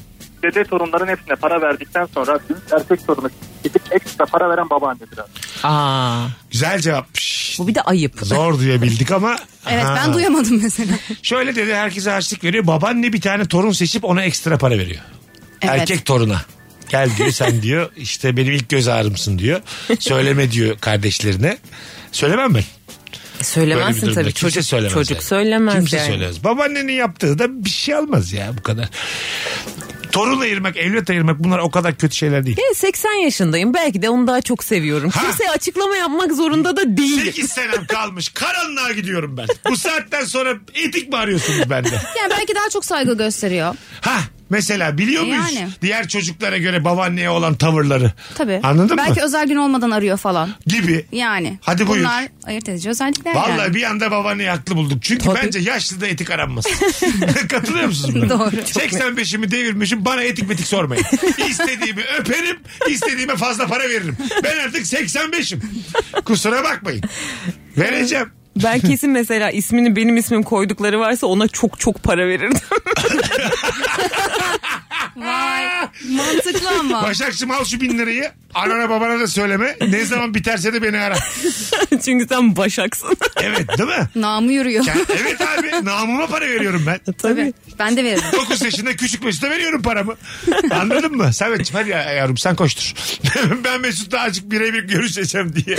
dede torunların hepsine para verdikten sonra büyük erkek torunu gidip ekstra para veren babaannedir abi. Aa, Güzel cevapmış. bu bir de ayıp. Zor duyabildik ama. Evet Aha. ben duyamadım mesela. Şöyle dedi herkese harçlık veriyor. Babaanne bir tane torun seçip ona ekstra para veriyor. Evet. Erkek toruna. Gel diyor sen diyor işte benim ilk göz ağrımsın diyor. Söyleme diyor kardeşlerine. Söylemem ben. Böyle bir Söylemezsin durumda. tabii. Kimse Çocuk, söylemez. çocuk yani. söylemez Kimse yani. söylemez. Babaannenin yaptığı da bir şey almaz ya bu kadar. Torun ayırmak, evlat ayırmak bunlar o kadar kötü şeyler değil. E, 80 yaşındayım. Belki de onu daha çok seviyorum. Ha. Kimseye açıklama yapmak zorunda da değilim. 8 senem kalmış. Karanlığa gidiyorum ben. Bu saatten sonra etik mi arıyorsunuz bende? Yani belki daha çok saygı gösteriyor. Ha mesela biliyor muyuz E Yani. diğer çocuklara göre babaanneye olan tavırları? Tabii. Anladın mı? Belki özel gün olmadan arıyor falan. Gibi. Yani. Hadi buyur. Bunlar ayırt edici özellikler Vallahi yani. bir anda babaanneyi haklı bulduk. Çünkü Tabii. bence yaşlıda etik aranmaz. Katılıyor musunuz? buna? Doğru. 85'imi devirmişim bana etik betik sormayın. İstediğimi öperim, istediğime fazla para veririm. Ben artık 85'im. Kusura bakmayın. Vereceğim. Ben kesin mesela ismini benim ismim koydukları varsa ona çok çok para verirdim. Vay. Mantıklı ama. Başakçım al şu bin lirayı. Anana babana da söyleme. Ne zaman biterse de beni ara. Çünkü sen başaksın. Evet değil mi? Namı yürüyor. Ya, evet abi namıma para veriyorum ben. Tabii. Ben de veririm. 9 yaşında küçük Mesut'a veriyorum paramı. Anladın mı? Samet'ciğim hadi ya- yavrum sen koştur. ben Mesut'la azıcık birebir görüşeceğim diye.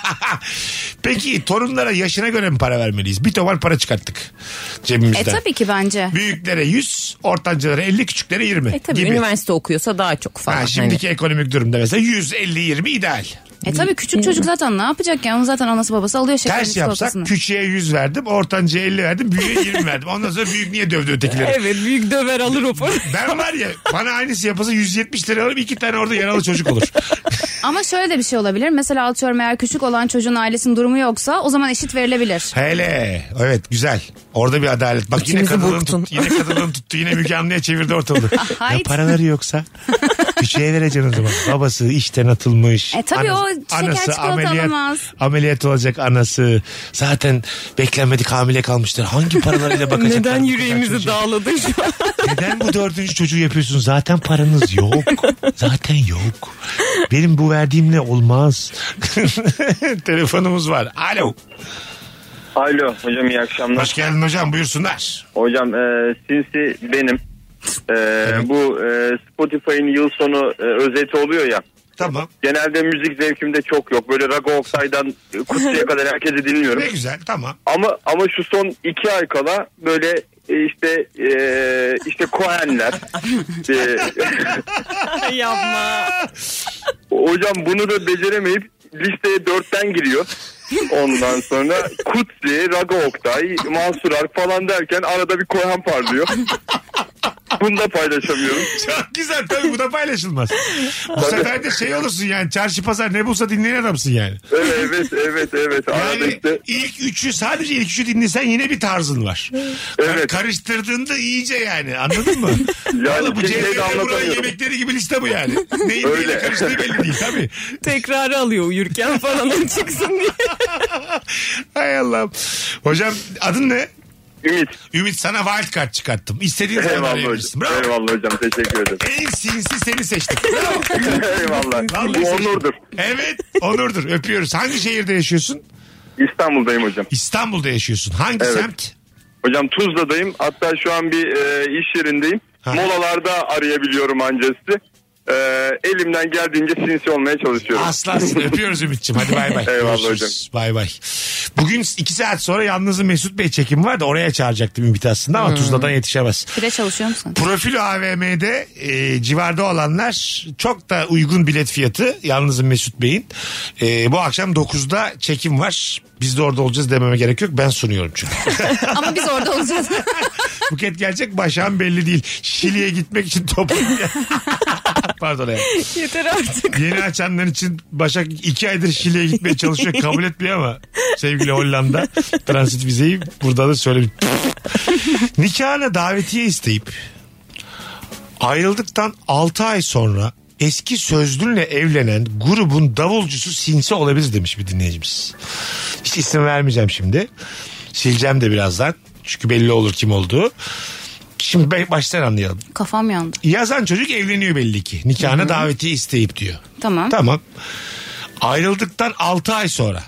Peki torunlara yaşına göre mi para vermeliyiz? Bir tovar para çıkarttık E cebimizden. tabii ki bence. Büyüklere 100, ortancalara 50, küçüklere 20 E tabii gibi. üniversite okuyorsa daha çok falan. Ha, şimdiki ekonomik durumda mesela 150-20 ideal. E tabii küçük çocuk zaten ne yapacak ya? Onu zaten anası babası alıyor şekerini Ters yapsak çikolatasını. küçüğe 100 verdim, ortancaya 50 verdim, büyüğe 20 verdim. Ondan sonra büyük niye dövdü ötekileri? Hani- Evet büyük döver alır o parayı. Ben var ya bana aynısı yapılsa 170 lira alırım iki tane orada yaralı çocuk olur. Ama şöyle de bir şey olabilir. Mesela atıyorum eğer küçük olan çocuğun ailesinin durumu yoksa o zaman eşit verilebilir. Hele evet güzel. Orada bir adalet. Bak yine İçimizi kadınlığın, burktun. tuttu, yine kadınlığın tuttu. Yine Müge Anlı'ya çevirdi ortalığı. ya Hayır. paraları yoksa küçüğe vereceksin o zaman. Babası işten atılmış. E tabii o şeker çikolata alamaz. Ameliyat olacak anası. Zaten beklenmedik hamile kalmıştır. Hangi paralarıyla bakacaklar? Neden bu kadar yüreğimizi çocuğa? dağladı şu an? Neden bu dördüncü çocuğu yapıyorsun? Zaten paranız yok. Zaten yok. Benim bu verdiğimle olmaz. Telefonumuz var. Alo. Alo hocam iyi akşamlar. Hoş geldin hocam buyursunlar. Hocam e, sinsi benim. E, bu e, Spotify'ın yıl sonu e, özeti oluyor ya. Tamam. Genelde müzik zevkimde çok yok. Böyle Rago Oktay'dan e, Kutsi'ye kadar herkesi dinliyorum. Ne güzel tamam. Ama ama şu son iki ay kala böyle e, işte e, işte Cohen'ler. e, Yapma. hocam bunu da beceremeyip listeye dörtten giriyor. Ondan sonra Kutsi, Rago Oktay, Mansur Alp falan derken arada bir Cohen parlıyor. Bunu da paylaşamıyorum. Çok güzel tabii bu da paylaşılmaz. bu sefer de şey olursun yani çarşı pazar ne bulsa dinleyen adamsın yani. Evet evet evet. Arada Yani işte ilk üçü sadece ilk üçü dinlesen yine bir tarzın var. Evet. Karıştırdığında iyice yani anladın mı? Yani Oğlum bu kimseye de CZN buranın anlatamıyorum. yemekleri gibi liste bu yani. Neyin neyle Öyle. karıştığı belli değil tabii. Tekrarı alıyor uyurken falan çıksın diye. Hay Allah'ım. Hocam adın ne? Ümit. Ümit sana wildcard çıkarttım. İstediğin zaman Eyvallah arayabilirsin. hocam. Bravo. Eyvallah hocam. Teşekkür ederim. En sinsi seni seçtik. Bravo. Eyvallah. Vallahi Bu seçtim. onurdur. Evet onurdur öpüyoruz. Hangi şehirde yaşıyorsun? İstanbul'dayım hocam. İstanbul'da yaşıyorsun. Hangi Evet. semt? Hocam Tuzla'dayım. Hatta şu an bir e, iş yerindeyim. Ha. Molalarda arayabiliyorum anca sizi. E, elimden geldiğince sinsi olmaya çalışıyorum. Aslansın öpüyoruz Ümit'ciğim hadi bay bay. Eyvallah Görüşürüz. Bay bay. Bugün iki saat sonra yalnızın Mesut Bey çekimi var da oraya çağıracaktım Ümit'i aslında ama Tuzla'dan yetişemez. Bir de çalışıyor musun? Profilo AVM'de e, civarda olanlar çok da uygun bilet fiyatı yalnızın Mesut Bey'in. E, bu akşam 9'da çekim var. Biz de orada olacağız dememe gerek yok. Ben sunuyorum çünkü. Ama biz orada olacağız. Buket gelecek başağım belli değil. Şili'ye gitmek için toplu. Pardon ya. Yeter artık. Yeni açanlar için Başak iki aydır Şili'ye gitmeye çalışıyor. Kabul etmiyor ama sevgili Hollanda transit vizeyi burada da söyle. Nikahına davetiye isteyip ayrıldıktan 6 ay sonra eski sözlünle evlenen grubun davulcusu sinsi olabilir demiş bir dinleyicimiz. Hiç isim vermeyeceğim şimdi. Sileceğim de birazdan. Çünkü belli olur kim olduğu. Şimdi be- baştan anlayalım. Kafam yandı. Yazan çocuk evleniyor belli ki. Nikahına davetiye isteyip diyor. Tamam. Tamam. Ayrıldıktan 6 ay sonra.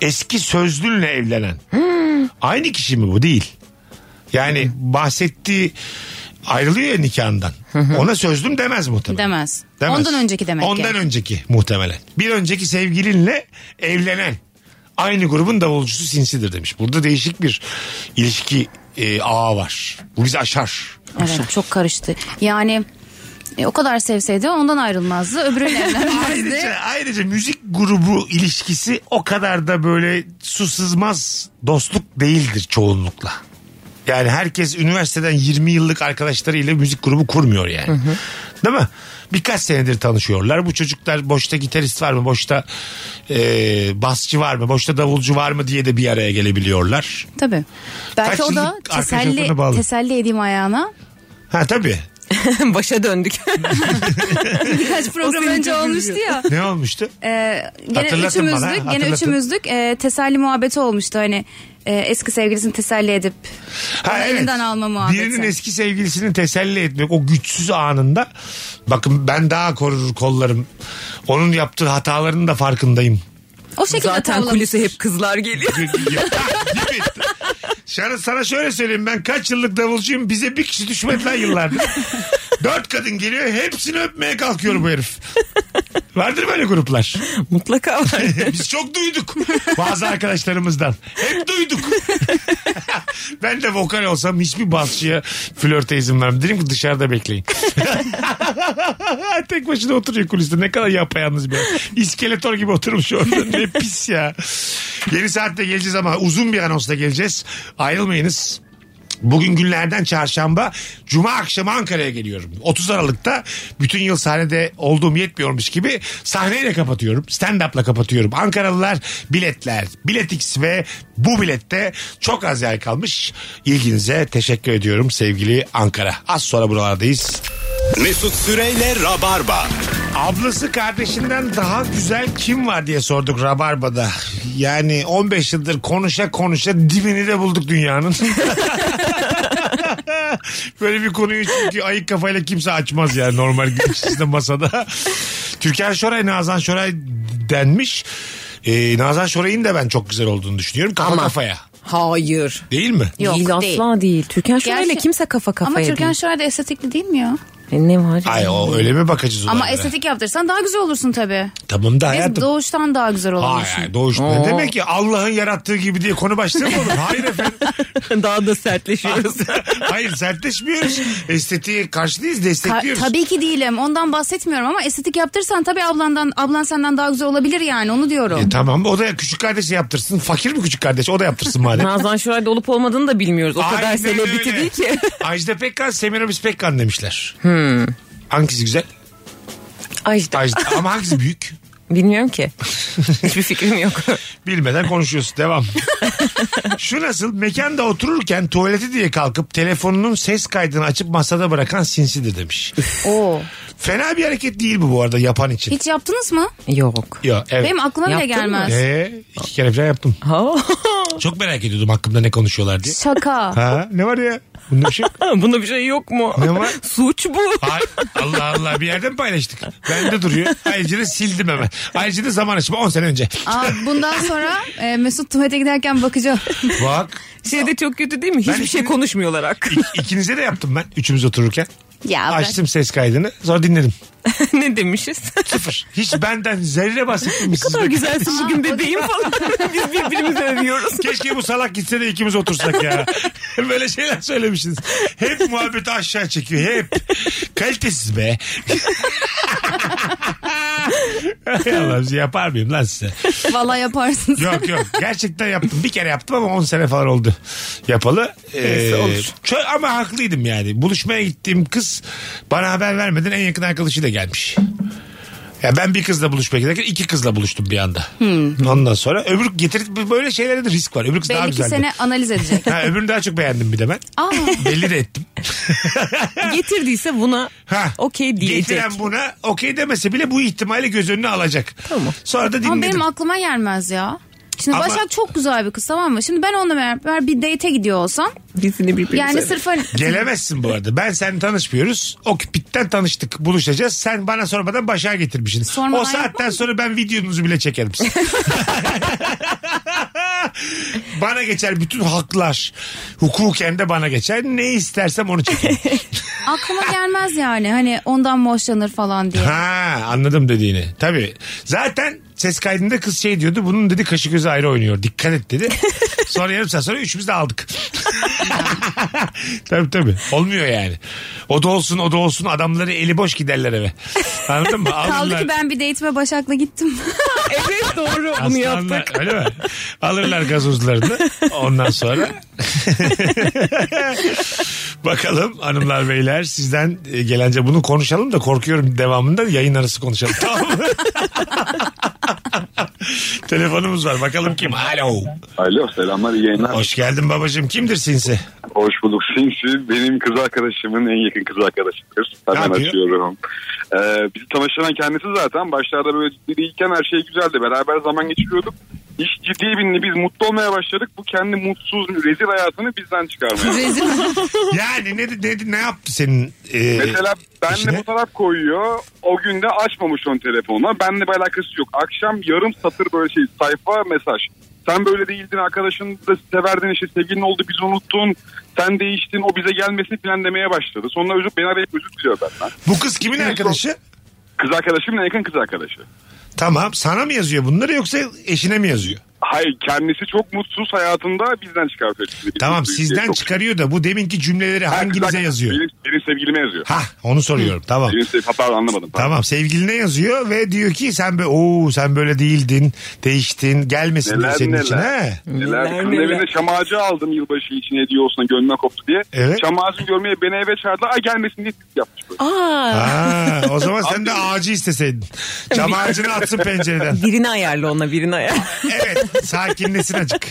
Eski sözlünle evlenen. Aynı kişi mi bu? Değil. Yani bahsettiği ayrılıyor ya nikahından. Ona sözlüm demez muhtemelen. Demez. Ondan önceki demek Ondan yani. önceki muhtemelen. Bir önceki sevgilinle evlenen. Aynı grubun davulcusu sinsidir demiş. Burada değişik bir ilişki e, ağı var. Bu bizi aşar. Evet çok karıştı. Yani e, o kadar sevseydi ondan ayrılmazdı. Öbürüyle evlenmezdi. Ayrıca, ayrıca müzik grubu ilişkisi o kadar da böyle su sızmaz dostluk değildir çoğunlukla. Yani herkes üniversiteden 20 yıllık arkadaşlarıyla müzik grubu kurmuyor yani. Değil mi? Birkaç senedir tanışıyorlar. Bu çocuklar boşta gitarist var mı, boşta e, basçı var mı, boşta davulcu var mı diye de bir araya gelebiliyorlar. Tabii. Belki o da yıllık arkadaş olduğuna bağlı. teselli, teselli edeyim ayağına. Ha tabii. Başa döndük. Birkaç program önce olmuştu ya. Ne olmuştu? Ee, gene Hatırlatın üçümüzdük, bana, gene hatırlatın. üçümüzdük e, teselli muhabbeti olmuştu. Hani e, eski sevgilisini teselli edip onu elinden alma muhabbeti. Birinin eski sevgilisini teselli etmek o güçsüz anında bakın ben daha korur kollarım. Onun yaptığı hataların da farkındayım. o şekilde Zaten tavlamış. kulise hep kızlar geliyor. Gibi. Şana, sana şöyle söyleyeyim ben kaç yıllık davulcuyum bize bir kişi düşmedi lan yıllardır. Dört kadın geliyor hepsini öpmeye kalkıyor bu herif. Vardır böyle gruplar. Mutlaka var. Biz çok duyduk bazı arkadaşlarımızdan. Hep duyduk. ben de vokal olsam hiçbir basçıya flörte izin vermem. Derim ki dışarıda bekleyin. Tek başına oturuyor kuliste. Ne kadar yapayalnız bir. adam. İskeletor gibi oturmuş orada. Ne pis ya. Yeni saatte geleceğiz ama uzun bir anonsla geleceğiz. Ayrılmayınız. Bugün günlerden çarşamba cuma akşamı Ankara'ya geliyorum. 30 Aralık'ta bütün yıl sahnede olduğum yetmiyormuş gibi sahneyle kapatıyorum. Stand-up'la kapatıyorum. Ankaralılar biletler. Biletix ve bu bilette çok az yer kalmış. İlginize teşekkür ediyorum sevgili Ankara. Az sonra buralardayız. Mesut Süreyle Rabarba. Ablası kardeşinden daha güzel kim var diye sorduk Rabarba'da. Yani 15 yıldır konuşa konuşa dibini de bulduk dünyanın. Böyle bir konuyu çünkü ayık kafayla kimse açmaz yani normal güçsüzde masada. Türkan Şoray, Nazan Şoray denmiş. Ee, Nazan Şoray'ın da ben çok güzel olduğunu düşünüyorum. Kafa kafaya. Hayır. Değil mi? Yok, değil, değil. asla değil. Türkan Şoray'la Gerçi- kimse kafa Ama kafaya Türkan değil. Şoray da estetikli değil mi ya? E, ne var? Ay o öyle mi bakacağız Ama olanlara? estetik yaptırsan daha güzel olursun tabii. Tamam da Biz hayatım. doğuştan daha güzel Hayır, olursun. hayır doğuş. Ne demek ki Allah'ın yarattığı gibi diye konu başlıyor mu oğlum? Hayır efendim. Daha da sertleşiyoruz. Hayır sertleşmiyoruz. Estetiğe karşı değiliz Ka- destekliyoruz. tabii ki değilim. Ondan bahsetmiyorum ama estetik yaptırsan tabii ablandan ablan senden daha güzel olabilir yani onu diyorum. E tamam o da küçük kardeşi yaptırsın. Fakir mi küçük kardeş? O da yaptırsın madem. Nazan Şoray'da olup olmadığını da bilmiyoruz. O kadar Aynen selebiti öyle. değil ki. Ajda Pekkan, Semiramis Pekkan demişler. Hangisi güzel? Ajda. Ajda. Ama hangisi büyük? Bilmiyorum ki. Hiçbir fikrim yok. Bilmeden konuşuyorsun. Devam. Şu nasıl? Mekanda otururken tuvaleti diye kalkıp telefonunun ses kaydını açıp masada bırakan sinsidir demiş. Oo. Fena bir hareket değil bu bu arada yapan için. Hiç yaptınız mı? yok. Yo, evet. Benim aklıma bile Yaptın mı? gelmez. Ee, iki kere falan yaptım. Ha. Çok merak ediyordum hakkımda ne konuşuyorlar diye. Şaka. Ha ne var ya? Bunda bir şey yok. Bunda bir şey yok mu? Ne var? Suç bu. Ay, Allah Allah bir yerden paylaştık. Bende duruyor. Ayrıca da sildim hemen. Ayrıca da zaman aşımı 10 sene önce. Aa, bundan sonra e, Mesut tuvalete giderken bakacağım. Bak Şeyde Şey çok kötü değil mi? Hiçbir Ben- şey konuşmuyorlar hakkında. ik- ikinize de yaptım ben. Üçümüz otururken. ya bırak. Açtım ses kaydını. Sonra dinledim. ne demişiz? Sıfır. Hiç benden zerre bahsetmemiş. ne kadar güzelsin bugün bebeğim falan. Biz birbirimizi övüyoruz. Keşke bu salak gitse de ikimiz otursak ya. Böyle şeyler söylemişsiniz. Hep muhabbeti aşağı çekiyor. Hep. Kalitesiz be. Hay Allah'ım yapar mıyım lan size? Valla yaparsın. sen. Yok yok gerçekten yaptım. Bir kere yaptım ama 10 sene falan oldu yapalı. Ee, çö- ama haklıydım yani. Buluşmaya gittiğim kız bana haber vermeden en yakın arkadaşıyla gelmiş. Ya ben bir kızla buluşmaya giderken iki kızla buluştum bir anda. Ondan sonra öbür getirip böyle şeylere de risk var. Öbür kız daha Belli ki güzeldi. seni analiz edecek. Ha, öbürünü daha çok beğendim bir de ben. Aa, Belli de ettim. Getirdiyse buna Ha. okey diyecek. Getiren buna okey demese bile bu ihtimali göz önüne alacak. Tamam. Sonra da ama dinledim. benim aklıma gelmez ya. Şimdi Ama- Başak çok güzel bir kız tamam mı? Şimdi ben onunla beraber bir date'e gidiyor olsam. Biz yine birbirimizi Yani övüyoruz. sırf hani... Gelemezsin bu arada. Ben sen tanışmıyoruz. O Cupid'den tanıştık. Buluşacağız. Sen bana sormadan başa getirmişsin. Sormadan o saatten yapmam. sonra ben videonuzu bile çekerim. bana geçer bütün haklar. Hukuken de bana geçer. Ne istersem onu çekerim. aklıma gelmez yani. Hani ondan mı hoşlanır falan diye. ha anladım dediğini. Tabii. Zaten ses kaydında kız şey diyordu. Bunun dedi kaşı gözü ayrı oynuyor. Dikkat et dedi. Sonra yarım saat sonra üçümüz de aldık. tabii tabii. Olmuyor yani. O da olsun o da olsun adamları eli boş giderler eve. Anladın mı? Kaldı Alırlar- ki ben bir date'ime Başak'la gittim. Evet doğru bunu Aslanlar- yaptık. Öyle mi? Alırlar gazozlarını ondan sonra. Bakalım hanımlar beyler sizden e, gelence bunu konuşalım da korkuyorum devamında yayın arası konuşalım tamam mı? Telefonumuz var bakalım kim? Alo. Alo selamlar iyi yayınlar. Hoş geldin babacığım kimdir sinsi? Hoş bulduk Sinsi. Benim kız arkadaşımın en yakın kız arkadaşıdır. Hemen yapıyor? açıyorum. Ee, bizi tanıştıran kendisi zaten. Başlarda böyle ciddi değilken her şey güzeldi. Beraber zaman geçiriyorduk. İş ciddi bindi. Biz mutlu olmaya başladık. Bu kendi mutsuz, rezil hayatını bizden çıkarmaya. Rezil. Yani ne ne, ne yaptı senin? e, Mesela işine? benle fotoğraf koyuyor. O gün de açmamış onun telefonuna. Benle bir alakası yok. Akşam yarım satır böyle şey sayfa mesaj. Sen böyle değildin arkadaşın da severdin işte sevgilin oldu biz unuttun. Sen değiştin o bize gelmesini falan demeye başladı. Sonra özür beni arayıp özür diliyor benden. Bu kız kimin arkadaşı? Kız arkadaşımın en yakın kız arkadaşı. Tamam sana mı yazıyor bunları yoksa eşine mi yazıyor? Hayır kendisi çok mutsuz hayatında bizden çıkartıyor. Biz Tamam mutluyuz diye sizden çok- çıkarıyor da bu deminki cümleleri Ha, kız hanginize arkadaş- yazıyor? Benim, benim sevgilime yazıyor. Ha onu soruyorum tamam. Benim sev- ha, pardon anlamadım. Pardon. Tamam sevgiline yazıyor ve diyor ki sen böyle ooo sen böyle değildin değiştin gelmesin diye Neler senin neler. için ha. Neler, kızın neler. evine çam ağacı aldım yılbaşı için hediye olsun gönlüme koptu diye. Evet. Çam ağacını görmeye beni eve çağırdılar. Ay gelmesin diye tweet yapmış böyle. Aa, Ha, o zaman sen de ağacı isteseydin. Cam ağacını atsın pencereden. birini ayarla ona birini ayarla. Evet sakinlesin acık.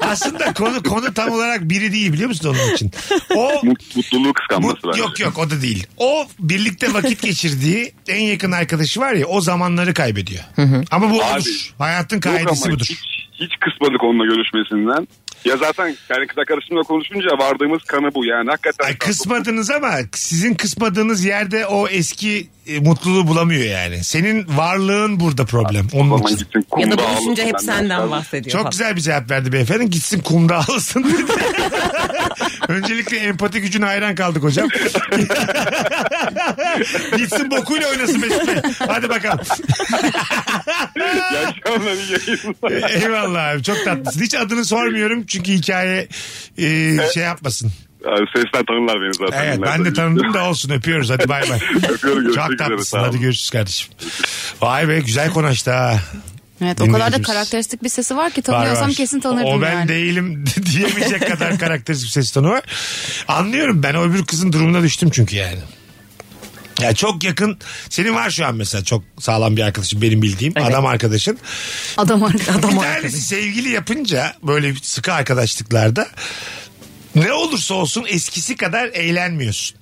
Aslında konu konu tam olarak biri değil biliyor musun onun için? O Mut- Mutluluğu kıskanması Bu- bence. yok yok o da değil. O birlikte vakit geçirdiği en yakın arkadaşı var ya o zamanları kaybediyor. Ama bu Abi, olur. Hayatın Yok kaidesi ama budur. Hiç, hiç kısmadık onunla görüşmesinden. Ya zaten yani kız arkadaşımla konuşunca vardığımız kanı bu yani. Hakikaten. Ay kısmadınız ama sizin kısmadığınız yerde o eski e, mutluluğu bulamıyor yani. Senin varlığın burada problem. Onun Zaman için. gitsin ya da kumda buluşunca ağlasın hep benden. senden bahsediyor Çok falan. güzel bir cevap verdi beyefendi. Gitsin kumda ağlasın dedi. Öncelikle empati gücüne hayran kaldık hocam. Gitsin bokuyla oynasın Mesut Bey. Hadi bakalım. İyi akşamlar, iyi yayınlar. Eyvallah abi çok tatlısın. Hiç adını sormuyorum çünkü hikaye e, şey yapmasın. Abi sesten tanırlar beni zaten. Evet ben de Nereden tanıdım da olsun öpüyoruz hadi bay bay. Öpüyorum, görüşmek Çok üzere, tatlısın sağ olun. hadi görüşürüz kardeşim. Vay be güzel konuştu ha. Evet o kadar da Dinleyicimiz. karakteristik bir sesi var ki Var, tanıyorsam var. kesin tanırdım O ben yani. değilim diyemeyecek kadar karakteristik ses tonu var. Anlıyorum ben o öbür kızın durumuna düştüm çünkü yani. Ya çok yakın senin var şu an mesela çok sağlam bir arkadaşın benim bildiğim Evet. adam arkadaşın. Adam Bir adam tanesi sevgili yapınca böyle sıkı arkadaşlıklarda ne olursa olsun eskisi kadar eğlenmiyorsun.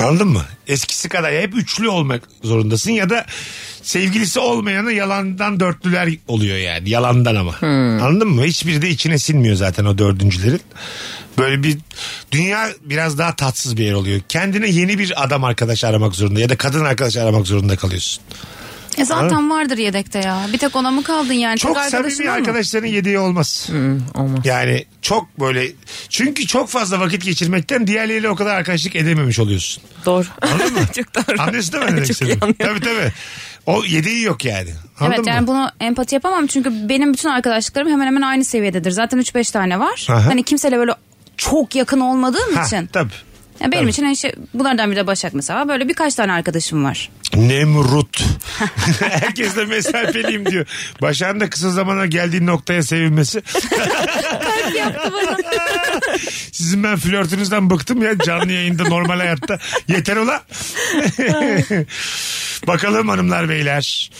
Anladın mı? Eskisi kadar hep üçlü olmak zorundasın ya da sevgilisi olmayanı yalandan dörtlüler oluyor yani. Yalandan ama. Anladın mı? Hiçbiri de içine sinmiyor zaten o dördüncülerin. Böyle bir dünya biraz daha tatsız bir yer oluyor. Kendine yeni bir adam arkadaş aramak zorunda ya da kadın arkadaş aramak zorunda kalıyorsun. E zaten vardır yedekte ya. Bir tek ona mı kaldın yani? Çok Tek arkadaşın samimi var mı? arkadaşların yediği olmaz. Olmaz. Yani çok böyle çünkü çok fazla vakit geçirmekten diğerleriyle o kadar arkadaşlık edememiş oluyorsun. Doğru. Anladın mı? Çok doğru. Anlıyorsun değil mi ne demek Çok iyi istediğimi? anlıyorum. Tabii tabii. O yedeği yok yani. Anladın evet mı? yani bunu empati yapamam çünkü benim bütün arkadaşlıklarım hemen hemen aynı seviyededir. Zaten 3-5 tane var. Aha. Hani kimseyle böyle çok yakın olmadığım Ha, için. Tabii. Ya benim Tabii. için en şey, bunlardan biri de Başak mesela. Böyle birkaç tane arkadaşım var. Nemrut. Herkesle mesafeliyim diyor. Başak'ın da kısa zamana geldiği noktaya sevinmesi. Sizin ben flörtünüzden bıktım ya canlı yayında normal hayatta. Yeter ola. Bakalım hanımlar beyler.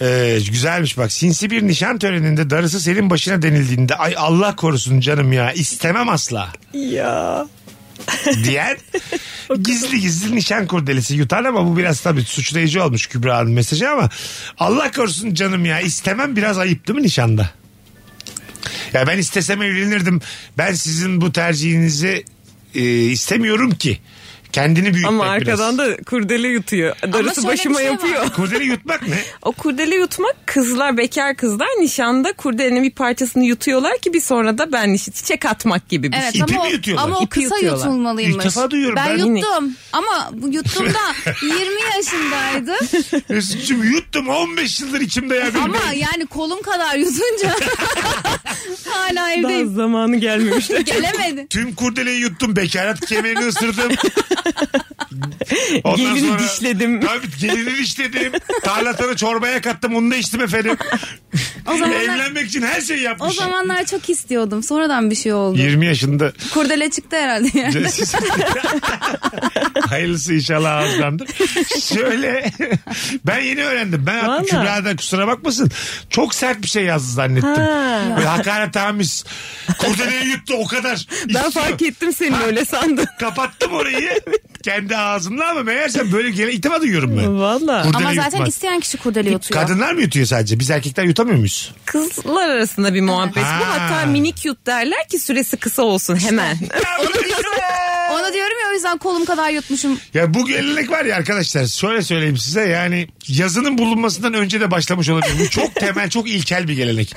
Ee, güzelmiş bak. Sinsi bir nişan töreninde darısı senin başına denildiğinde ay Allah korusun canım ya istemem asla Ya. diyen gizli gizli nişan kurdelesi yutan ama bu biraz tabii suçlayıcı olmuş Kübra'nın mesajı ama Allah korusun canım ya istemem biraz ayıp değil mi nişanda? Ya ben istesem evlenirdim. Ben sizin bu tercihinizi e, istemiyorum ki. Kendini büyütmek Ama biraz. arkadan da kurdele yutuyor. Darısı şöyle başıma bir şey var. yapıyor. Kurdeli yutmak ne? O kurdele yutmak kızlar bekar kızlar nişanda kurdelenin bir parçasını yutuyorlar ki bir sonra da ben işi çiçek atmak gibi bir Evet şey. İpi ama, mi o- yutuyorlar? ama o İpi kısa yutuyorlar. yutulmalıymış. İlk defa duyuyorum Ben, ben. yuttum ama bu yuttuğumda 20 yaşındaydım. Mesut'cum yuttum 15 yıldır içimde ya. benim. ama yani kolum kadar yutunca hala Daha evdeyim. zamanı gelmemiş. Gelemedi. Tüm kurdeleyi yuttum. Bekarat kemerini ısırdım. Gelini dişledim. Tabii gelini dişledim. Tarlatanı çorbaya kattım. Onu da içtim efendim. zamanlar- Evlenmek için her şeyi O yapmışım. zamanlar çok istiyordum. Sonradan bir şey oldu. 20 yaşında. Kurdele çıktı herhalde yani. Hayırlısı inşallah ağızdandır. Şöyle ben yeni öğrendim. Ben Vallahi. Kübra'da kusura bakmasın. Çok sert bir şey yazdı zannettim. Ha. Böyle hakaret tamis. Kurdeleyi yuttu o kadar. Ben İstiyor. fark ettim seni öyle sandın. Kapattım orayı. Kendi ağzımla ama meğerse böyle gene iltifa duyuyorum ben. Valla. Kurdele Ama zaten yutmak. isteyen kişi kurdele yutuyor. Kadınlar mı yutuyor sadece? Biz erkekler yutamıyor muyuz? Kızlar arasında bir muhabbet bu. Ha. Hatta minik yut derler ki süresi kısa olsun hemen. Ona diyorum ya o yüzden kolum kadar yutmuşum. ya bu gelenek var ya arkadaşlar. Şöyle söyleyeyim size yani yazının bulunmasından önce de başlamış olabilir. Bu çok temel, çok ilkel bir gelenek.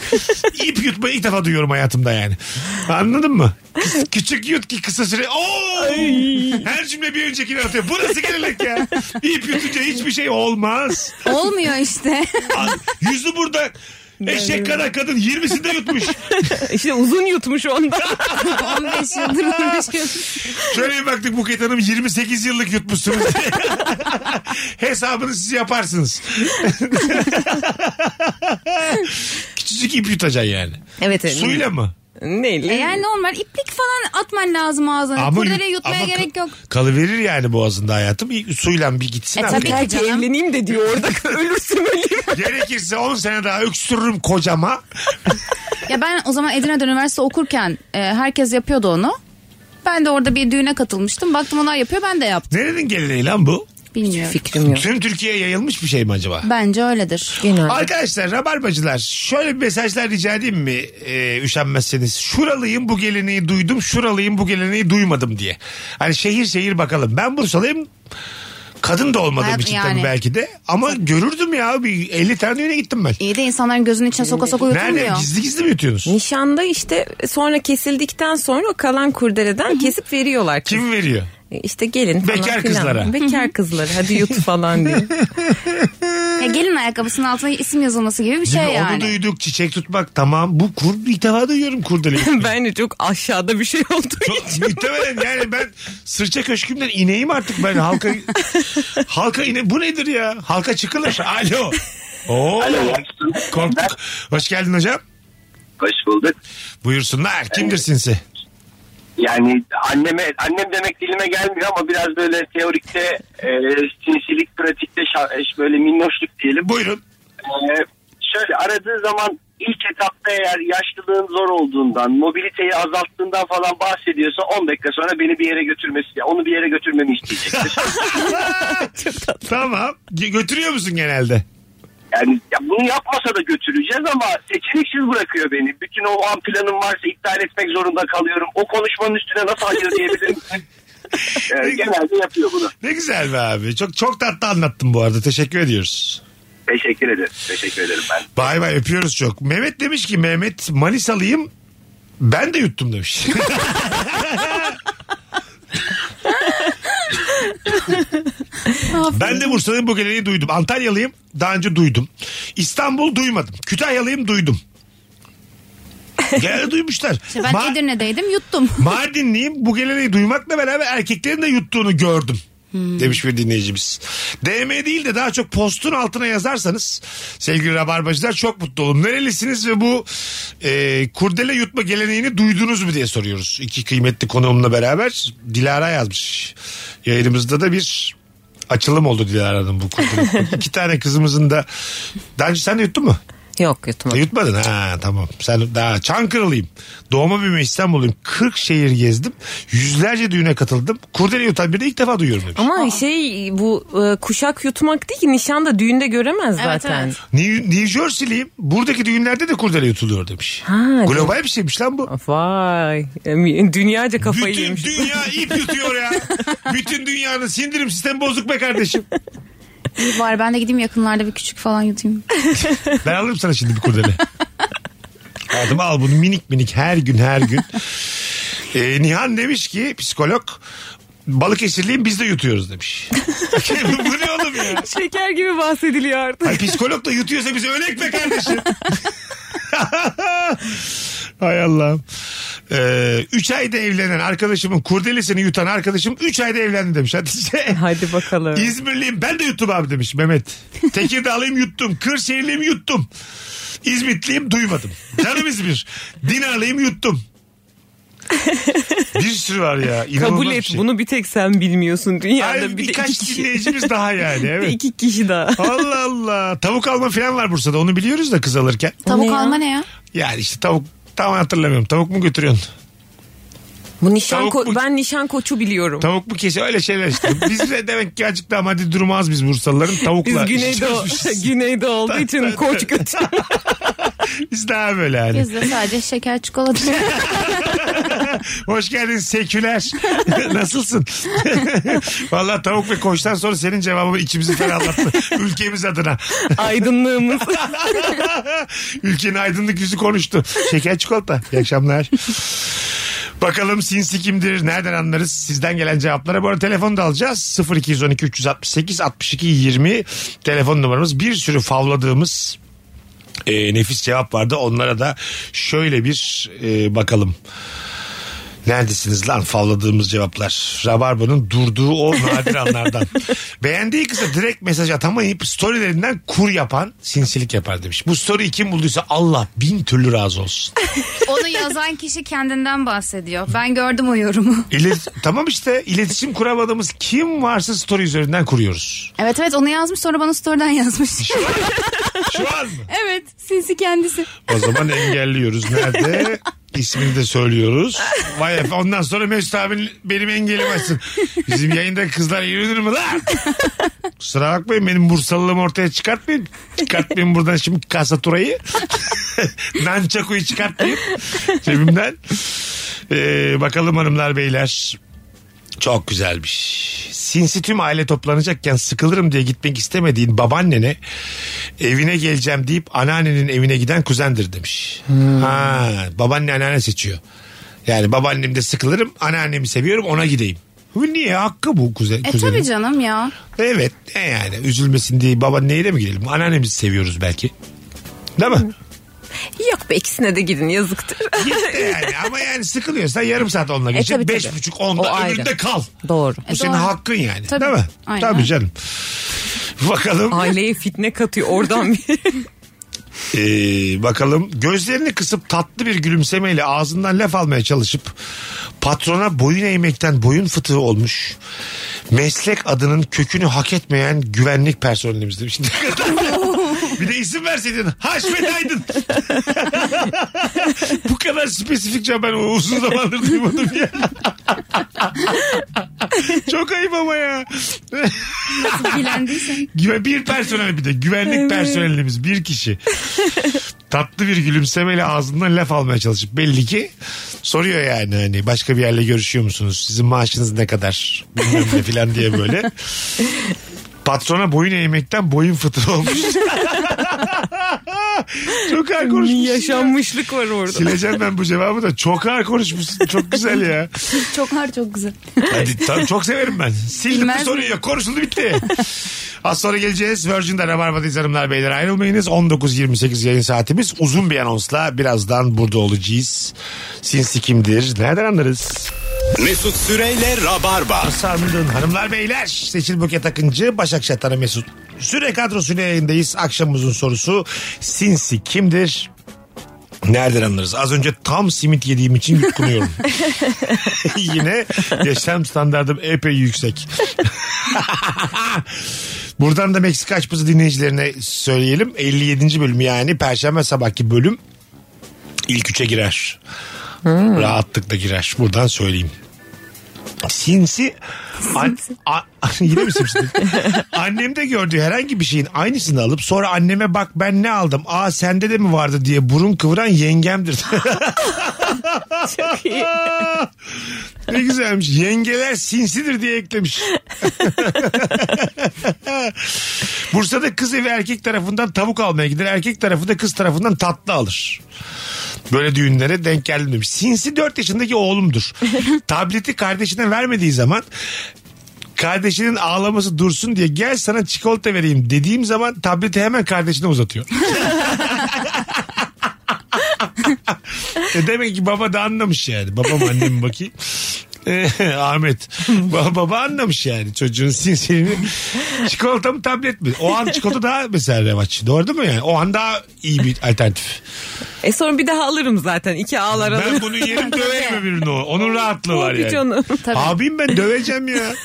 İp yutmayı ilk defa duyuyorum hayatımda yani. Anladın mı? Kı- Küçük yut ki kısa süre. Oo! Her cümle bir öncekini atıyor. Bu nasıl gelenek ya? İp yutunca hiçbir şey olmaz. Olmuyor işte. Al, Yüzü burada eşek kadar kadın 20'sinde yutmuş. işte uzun yutmuş ondan. 15 yıldır uğraşıyorum. E Şöyle bir baktık Buket Hanım 28 yıllık yutmuşsunuz diye. Hesabını siz yaparsınız. Küçücük ip yutacaksın yani. Evet evet. Suyla mı? Neyle? E yani normal iplik falan atman lazım ağzına. Kurdele yut- yutmaya ama gerek ka- yok. Kalıverir yani boğazında hayatım. İ- Suyla bir gitsin. E abi. tabii. Belki Canım. evleneyim de diyor orada ölürsem öleyim. Gerekirse 10 sene daha öksürürüm kocama. Ya ben o zaman Edirne'de üniversite okurken e, herkes yapıyordu onu. Ben de orada bir düğüne katılmıştım. Baktım onlar yapıyor ben de yaptım. Nerenin geleneği lan bu? Bilmiyorum. Fikrim yok. Tüm Türkiye'ye yayılmış bir şey mi acaba? Bence öyledir. Genel. Arkadaşlar rabarbacılar şöyle bir mesajlar rica edeyim mi Ee, üşenmezseniz. Şuralıyım bu geleneği duydum şuralıyım bu geleneği duymadım diye. Hani şehir şehir bakalım. Ben Bursalıyım kadın da olmadığım Hayat- için yani. tabii belki de. Ama görürdüm ya bir 50 tane düğüne gittim ben. İyi de insanların gözünün içine soka soka Nerede yutulmuyor. gizli gizli mi yutuyorsunuz? Nişanda işte sonra kesildikten sonra o kalan kurdeleden kesip veriyorlar. kız. Kim veriyor? İşte gelin falan Bekar filan. kızlara. Bekar kızlara hadi yut falan diye. Ya gelin ayakkabısının altına isim yazılması gibi bir şey Değil mi? Onu yani. duyduk çiçek tutmak tamam. Bu kur, ilk defa duyuyorum kurdeleyi. Bence çok aşağıda bir şey olduğu Çok- için. Muhtemelen yani ben sırça köşkümden ineyim artık ben halka halka ine bu nedir ya halka çıkılır alo Oo, korktuk hoş geldin hocam Hoş bulduk. buyursunlar kimdir sinsi Yani anneme annem demek dilime gelmiyor ama biraz böyle teorikte e, sinsilik pratikte şa- e, böyle minnoşluk diyelim. buyurun E, şöyle aradığı zaman ilk etapta eğer yaşlılığın zor olduğundan, mobiliteyi azalttığından falan bahsediyorsa 10 dakika sonra beni bir yere götürmesi, ya onu bir yere götürmemi isteyecektir. Tamam. Ge- Götürüyor musun genelde? Yani ya bunu yapmasa da götüreceğiz ama seçeneksiz bırakıyor beni. Bütün o an planım varsa iptal etmek zorunda kalıyorum. O konuşmanın üstüne nasıl hayır diyebilirim? Ee, genelde yapıyor bunu. Ne güzel be abi. Çok çok tatlı anlattın bu arada. Teşekkür ediyoruz. Teşekkür ederim. Teşekkür ederim ben. Bay bay öpüyoruz çok. Mehmet demiş ki Mehmet Manisalıyım. Ben de yuttum demiş. ben de Bursa'nın bu geleneği duydum. Antalyalıyım daha önce duydum. İstanbul duymadım. Kütahyalıyım duydum. Genelde duymuşlar. İşte ben Ma- Edirne'deydim yuttum. Mardinliyim bu geleneği duymakla beraber erkeklerin de yuttuğunu gördüm. Demiş bir dinleyicimiz. DM değil de daha çok postun altına yazarsanız sevgili rabarbacılar çok mutlu olun. Nerelisiniz ve bu e, kurdele yutma geleneğini duydunuz mu diye soruyoruz. İki kıymetli konuğumla beraber Dilara yazmış. Yayınımızda da bir açılım oldu Dilara'nın bu kurdele. İki tane kızımızın da daha önce sen de yuttun mu? Yok yutmadım. Yutmadın ha tamam. Sen daha Çankırılıyım. Doğma büyüme İstanbulluyum. 40 şehir gezdim. Yüzlerce düğüne katıldım. Kurdele yutan bir de ilk defa duyuyorum. demiş. Ama şey bu e, kuşak yutmak değil ki nişanda düğünde göremez zaten. evet. New, New Jersey'liyim. Buradaki düğünlerde de kurdele yutuluyor demiş. Ha, Global bir şeymiş lan bu. Vay. em- Dünyaca kafayı Bütün yemiş. dünya ip yutuyor ya. Bütün dünyanın sindirim sistemi bozuk be kardeşim. İyi var ben de gideyim yakınlarda bir küçük falan yutayım. Ben alırım sana şimdi bir kurdele. Aldım al bunu minik minik her gün her gün. Ee, Nihan demiş ki psikolog Balıkesirliyim biz de yutuyoruz demiş. Bu ne oğlum ya? Şeker gibi bahsediliyor artık. Ay, psikolog da yutuyorsa bize örnek be kardeşim. Hay Allah'ım. Ee, üç ayda evlenen arkadaşımın kurdelesini yutan arkadaşım üç ayda evlendi demiş. Hadi şey. Hadi bakalım. İzmirliyim ben de yuttum abi demiş Mehmet. Tekirdağlıyım yuttum. Kırşehirliyim yuttum. İzmitliyim duymadım. Canım İzmir. Dinarlıyım yuttum. Bir sürü var ya. inanılmaz Kabul bir et şey. bunu bir tek sen bilmiyorsun dünyada Ay, bir de iki birkaç kişi, dinleyicimiz daha yani. bir de Evet. iki kişi daha. Allah Allah. Tavuk alma falan var Bursa'da. Onu biliyoruz da kız alırken. Tavuk ne ya? alma ne ya? Yani işte tavuk tam hatırlamıyorum. Tavuk mu götürüyorsun? Bu nişan Tavuk ko- mu- ben nişan koçu biliyorum. Tavuk mu kesiyor? Öyle şeyler işte. Biz de demek ki azıcık daha maddi durumu az biz Bursalıların. Biz Tavukla işi Güneydoğu, çözmüşüz. Güneydoğu olduğu için koç götü. Biz daha böyle yani. Bizde sadece şeker çikolata. Hoş geldin seküler. Nasılsın? Valla tavuk ve koçtan sonra senin cevabı içimizi ferahlattı. Ülkemiz adına. Aydınlığımız. Ülkenin aydınlık yüzü konuştu. Şeker çikolata. İyi akşamlar. Bakalım sinsi kimdir? Nereden anlarız? Sizden gelen cevaplara. Bu arada telefonu da alacağız. 0212 368 62 20 telefon numaramız. Bir sürü favladığımız e, nefis cevap vardı. Onlara da şöyle bir e, bakalım. Neredesiniz lan favladığımız cevaplar. Rabarba'nın durduğu o nadir anlardan. Beğendiği kıza direkt mesaj atamayıp storylerinden kur yapan sinsilik yapar demiş. Bu story'i kim bulduysa Allah bin türlü razı olsun. Onu yazan kişi kendinden bahsediyor. Ben gördüm o yorumu. İlet tamam işte iletişim kuramadığımız kim varsa story üzerinden kuruyoruz. Evet evet onu yazmış sonra bana story'den yazmış. Şu an mı? evet sinsi kendisi. O zaman engelliyoruz. Nerede? İsmini de söylüyoruz. Vay efendim ondan sonra Mesut abin benim engelim açsın. Bizim yayında kızlar yürünür mü lan? Kusura bakmayın benim Bursalılığımı ortaya çıkartmayın. Çıkartmayın buradan şimdi kasaturayı. Nançaku'yu çıkartmayın cebimden. Ee, bakalım hanımlar beyler. Çok güzelmiş. Sinsi tüm aile toplanacakken sıkılırım diye gitmek istemediğin babaannene evine geleceğim deyip anneannenin evine giden kuzendir demiş. Hmm. Ha, babaanne anneanne seçiyor. Yani babaannem de sıkılırım anneannemi seviyorum ona gideyim. Bu niye hakkı bu kuzen? E kuzenin. tabii canım ya. Evet e yani üzülmesin diye babaanneye de mi gidelim? Anneannemizi seviyoruz belki. Değil mi? Yok be ikisine de gidin yazıktır. Gitti yani ama yani sıkılıyorsan yarım saat onunla E, geçecek. tabii, Beş tabii. buçuk O onda ayrı. E, öbüründe kal. Doğru. Bu senin doğru. hakkın yani. Tabii. Değil mi? Aynen. Tabii canım. Bakalım Aileye fitne katıyor oradan bir. ee, bakalım gözlerini kısıp tatlı bir gülümsemeyle ağzından laf almaya çalışıp patrona boyun eğmekten boyun fıtığı olmuş meslek adının kökünü hak etmeyen güvenlik personelimiz demiş. Ne kadar- Bir de isim verseydin. Haşmet Aydın. Bu kadar spesifikçe ben uzun zamandır duymadım ya. Çok ayıp ama ya. Bilendiysen. Güve- bir personel bir de güvenlik personelimiz bir kişi. Tatlı bir gülümsemeyle ağzından laf almaya çalışıp belli ki soruyor yani hani başka bir yerle görüşüyor musunuz? Sizin maaşınız ne kadar? Bilmem ne filan diye böyle. Patrona boyun eğmekten boyun fıtır olmuş. Çok ağır konuşmuşsun. ya. Yaşanmışlık var orada. Sileceğim ben bu cevabı da çok ağır konuşmuşsun. Çok güzel ya. Çok har çok güzel. Hadi tam çok severim ben. Sildim Bilmez bu soruyu yok. Konuşuldu bitti. Az sonra geleceğiz. Virgin'de Rabarba'dayız hanımlar beyler ayrılmayınız. 19.28 yayın saatimiz. Uzun bir anonsla birazdan burada olacağız. Sinsi kimdir? Nereden anlarız? Mesut Süreyle Rabarba. Sandın hanımlar beyler. Seçil Buket Akıncı, Başak Şatan'a Mesut. Süre kadrosuyla yayındayız. Akşamımızın sorusu Sinsi kimdir? Nereden anlarız? Az önce tam simit yediğim için yutkunuyorum. Yine yaşam standardım epey yüksek. Buradan da Meksika açması dinleyicilerine söyleyelim. 57. bölüm yani Perşembe sabahki bölüm ilk üçe girer. Rahatlıkla girer. Buradan söyleyeyim. Sinsi an, a- yine mi sinsi? Annemde gördüğü herhangi bir şeyin aynısını alıp sonra anneme bak ben ne aldım aa sende de mi vardı diye burun kıvıran yengemdir. ne güzelmiş yengeler sinsidir diye eklemiş. Bursa'da kız evi erkek tarafından tavuk almaya gider erkek tarafı da kız tarafından tatlı alır. Böyle düğünlere denk geldim demiş. Sinsi 4 yaşındaki oğlumdur. Tableti kardeşine vermediği zaman kardeşinin ağlaması dursun diye gel sana çikolata vereyim dediğim zaman tableti hemen kardeşine uzatıyor. e demek ki baba da anlamış yani. Babam annem bakayım. Eh, Ahmet. Baba, baba anlamış yani çocuğun sinsiliğini. Çikolata mı tablet mi? O an çikolata daha mesela revaç. Doğru değil mi yani? O an daha iyi bir alternatif. E sonra bir daha alırım zaten. İki ağlar alırım. Ben bunu yerim döverim öbürünü o. Onun rahatlığı var Tabii yani. canım. Abim ben döveceğim ya.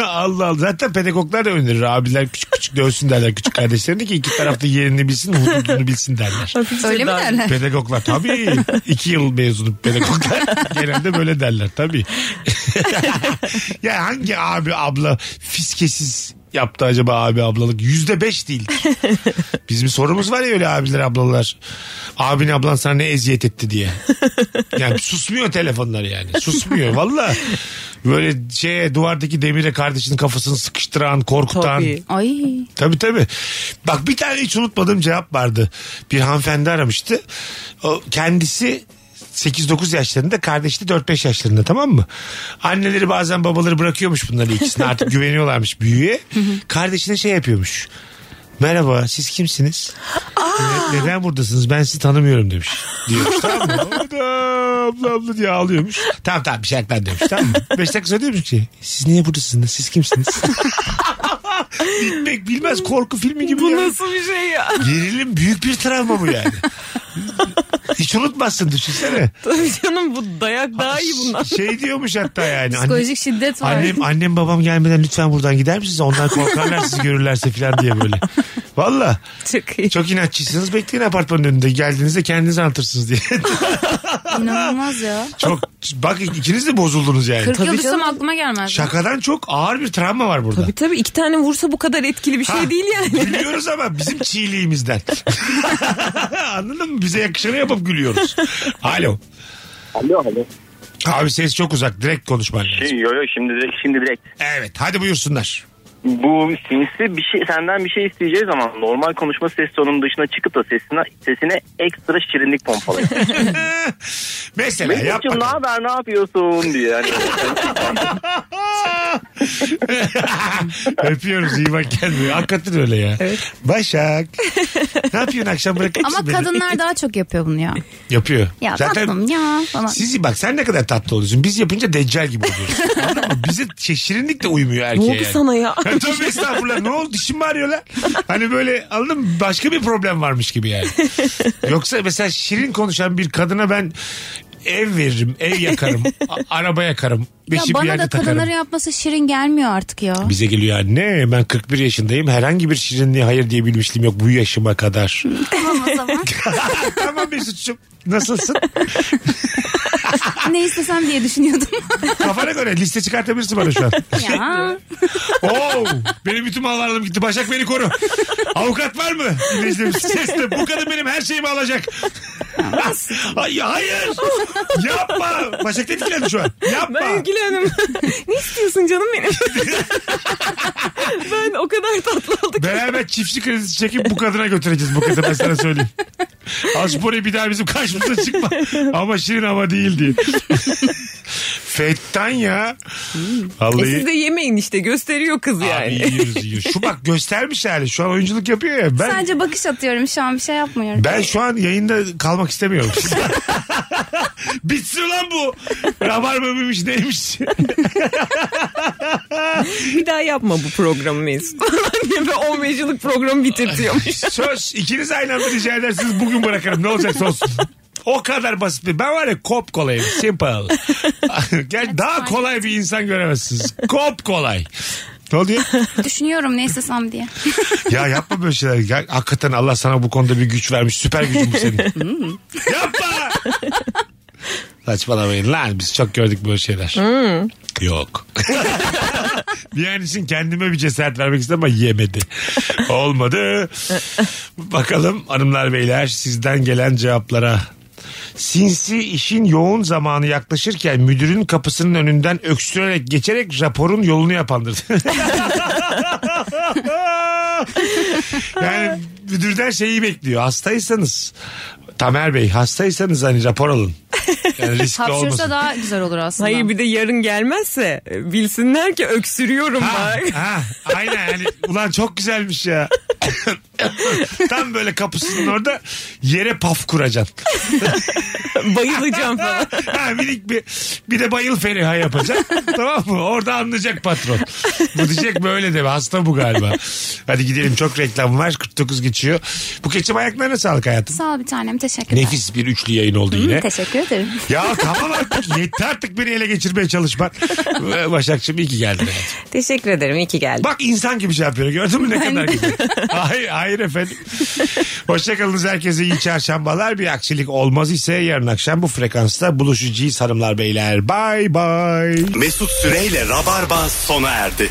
Allah Allah. Zaten pedagoglar da önerir. Abiler küçük küçük dövsün derler küçük kardeşlerini ki iki tarafta yerini bilsin, hududunu bilsin derler. Hafifçe Öyle mi daha- derler? Pedagoglar tabii. iki yıl mezunu pedagoglar. Genelde böyle derler tabii. ya hangi abi abla fiskesiz yaptı acaba abi ablalık? Yüzde beş değil. Bizim bir sorumuz var ya öyle abiler ablalar. Abin ablan sana ne eziyet etti diye. Yani susmuyor telefonlar yani. Susmuyor valla. Böyle şey duvardaki demire kardeşinin kafasını sıkıştıran, korkutan. Tabii. Ay. Tabii tabii. Bak bir tane hiç unutmadığım cevap vardı. Bir hanımefendi aramıştı. O kendisi 8-9 yaşlarında kardeşi de 4-5 yaşlarında tamam mı? Anneleri bazen babaları bırakıyormuş bunları ikisini artık güveniyorlarmış büyüğe. Kardeşine şey yapıyormuş. Merhaba siz kimsiniz? Ne- neden buradasınız? Ben sizi tanımıyorum demiş. Diyormuş tamam mı? O da abla abla diye ağlıyormuş. Tamam tamam bir şey eklen demiş tamam mı? 5 dakika sonra diyormuş ki siz niye buradasınız? Siz kimsiniz? Bitmek bilmez korku filmi gibi. Bu ya. nasıl bir şey ya? Gerilim büyük bir travma bu yani. Hiç unutmazsın düşünsene. Tabii canım bu dayak daha iyi bundan. Şey diyormuş hatta yani. anne- Psikolojik şiddet var. Annem, annem babam gelmeden lütfen buradan gider misiniz? Onlar korkarlar sizi görürlerse falan diye böyle. Valla Çok iyi. çok inatçısınız. Bekleyin apartmanın önünde. Geldiğinizde kendinizi anlatırsınız diye. İnanılmaz ya. çok bak ikiniz de bozuldunuz yani. 40 yıl düşsem canım. aklıma gelmez. Şakadan çok ağır bir travma var burada. E Tabii tabii iki tane vursa bu kadar etkili bir şey Ha, değil yani. Gülüyoruz ama bizim çiğliğimizden. Anladın mı? Bize yakışanı yapıp gülüyoruz. Alo. Alo alo. Abi ses çok uzak. Direkt konuşman lazım. Şey, yo, yo, şimdi direkt, şimdi direkt. Evet. Hadi buyursunlar. Bu sinsi bir şey senden bir şey isteyeceği zaman normal konuşma ses tonunun dışına çıkıp da sesine sesine ekstra şirinlik pompalıyor. Mesela yap Mesut'cum ne bakalım. haber ne yapıyorsun diye. Yani. Öpüyoruz iyi bak kendine. Hakikaten öyle ya. Başak. ne yapıyorsun akşam bırakır mısın Ama beni? kadınlar daha çok yapıyor bunu ya. Yapıyor. Ya Zaten tatlım ya falan. Sizi bak sen ne kadar tatlı oluyorsun. Biz yapınca deccal gibi oluyoruz. Anladın mı? Bize şey, şirinlik de uymuyor Ne erkeğe. oldu yani. sana ya? Ya Tövbe estağfurullah ne oldu dişim mi ağrıyor lan? Hani böyle anladın mı? Başka bir problem varmış gibi yani. Yoksa mesela şirin konuşan bir kadına ben ev veririm, ev yakarım, a- araba yakarım. Ya Beşi bir bana yerde da takarım. kadınları yapması şirin gelmiyor artık ya. Bize geliyor anne ben 41 yaşındayım herhangi bir şirinliğe hayır diyebilmişliğim yok bu yaşıma kadar. Tamam o zaman. tamam Mesut'cum nasılsın? ne istesem diye düşünüyordum. Kafana göre liste çıkartabilirsin bana şu an. ya. Oo, benim bütün mallarım gitti Başak beni koru. Avukat var mı? Dinleyicilerimiz, Sesle bu kadın benim her şeyimi alacak. Ay, hayır yapma. Başak da etkilendi şu an. Yapma. Ben ilgilenirim. ne istiyorsun canım benim? ben o kadar tatlı olduk. Beraber çiftçi kredisi çekip bu kadına götüreceğiz bu kadını ben sana söyleyeyim. Aspori bir daha bizim karşımıza çıkma. Ama şirin ama değil diye. Fettan ya. E Vallahi. siz de yemeyin işte gösteriyor kız Abi yani. yiyoruz, yiyoruz. Şu bak göstermiş hali. Şu an oyunculuk yapıyor ya. Ben, Sadece bakış atıyorum şu an bir şey yapmıyorum. ben şu an yayında kalmak istemiyorum. Bitsin lan bu. Rabarba mıymış neymiş? Bir daha yapma bu programı Mesut. Diye böyle 15 yıllık programı bitirtiyormuş. Söz ikiniz aynı anda rica edersiniz bugün bırakırım ne olacaksa olsun. O kadar basit. bir- Ben var ya kop kolayım. Simple. Gel daha kolay bir insan göremezsiniz. Kop kolay. Ne oluyor? Düşünüyorum ne istesem diye. ya yapma böyle şeyler. Ya, hakikaten Allah sana bu konuda bir güç vermiş. Süper gücün bu senin. yapma. Saçmalamayın lan biz çok gördük böyle şeyler. Yok. bir an için kendime bir cesaret vermek istedim ama yemedi. Olmadı. Bakalım hanımlar beyler sizden gelen cevaplara. Sinsi işin yoğun zamanı yaklaşırken müdürün kapısının önünden öksürerek geçerek raporun yolunu yapandır. yani müdürden şeyi bekliyor. Hastaysanız Tamer Bey hastaysanız hani rapor alın. Yani riskli olmasın. Hapşursa daha güzel olur aslında. Hayır bir de yarın gelmezse e, bilsinler ki öksürüyorum Ha, bak. ha, aynen yani ulan çok güzelmiş ya. Tam böyle kapısının orada yere paf kuracaksın. Bayılacağım falan. ha, minik bir, bir de bayıl feriha yapacaksın. tamam mı? Orada anlayacak patron. Bu diyecek böyle de hasta bu galiba. Hadi gidelim çok reklam var 49 geçiyor. Bu keçim ayaklarına sağlık hayatım. Sağ ol bir tanem teşekkürler. Nefis bir üçlü yayın oldu yine. Teşekkür ederim. ya tamam artık yetti artık beni ele geçirmeye çalışmak. Başakçım iyi ki geldin. hayatım. Teşekkür ederim iyi ki geldin. Bak insan gibi şey yapıyor. Gördün mü ne kadar güzel. hayır, hayır efendim. Hoşçakalınız herkese iyi çarşambalar. Bir aksilik olmaz ise yarın akşam bu frekansta buluşacağız hanımlar beyler. Bay bay. Mesut Süreyle Rabarba sona erdi.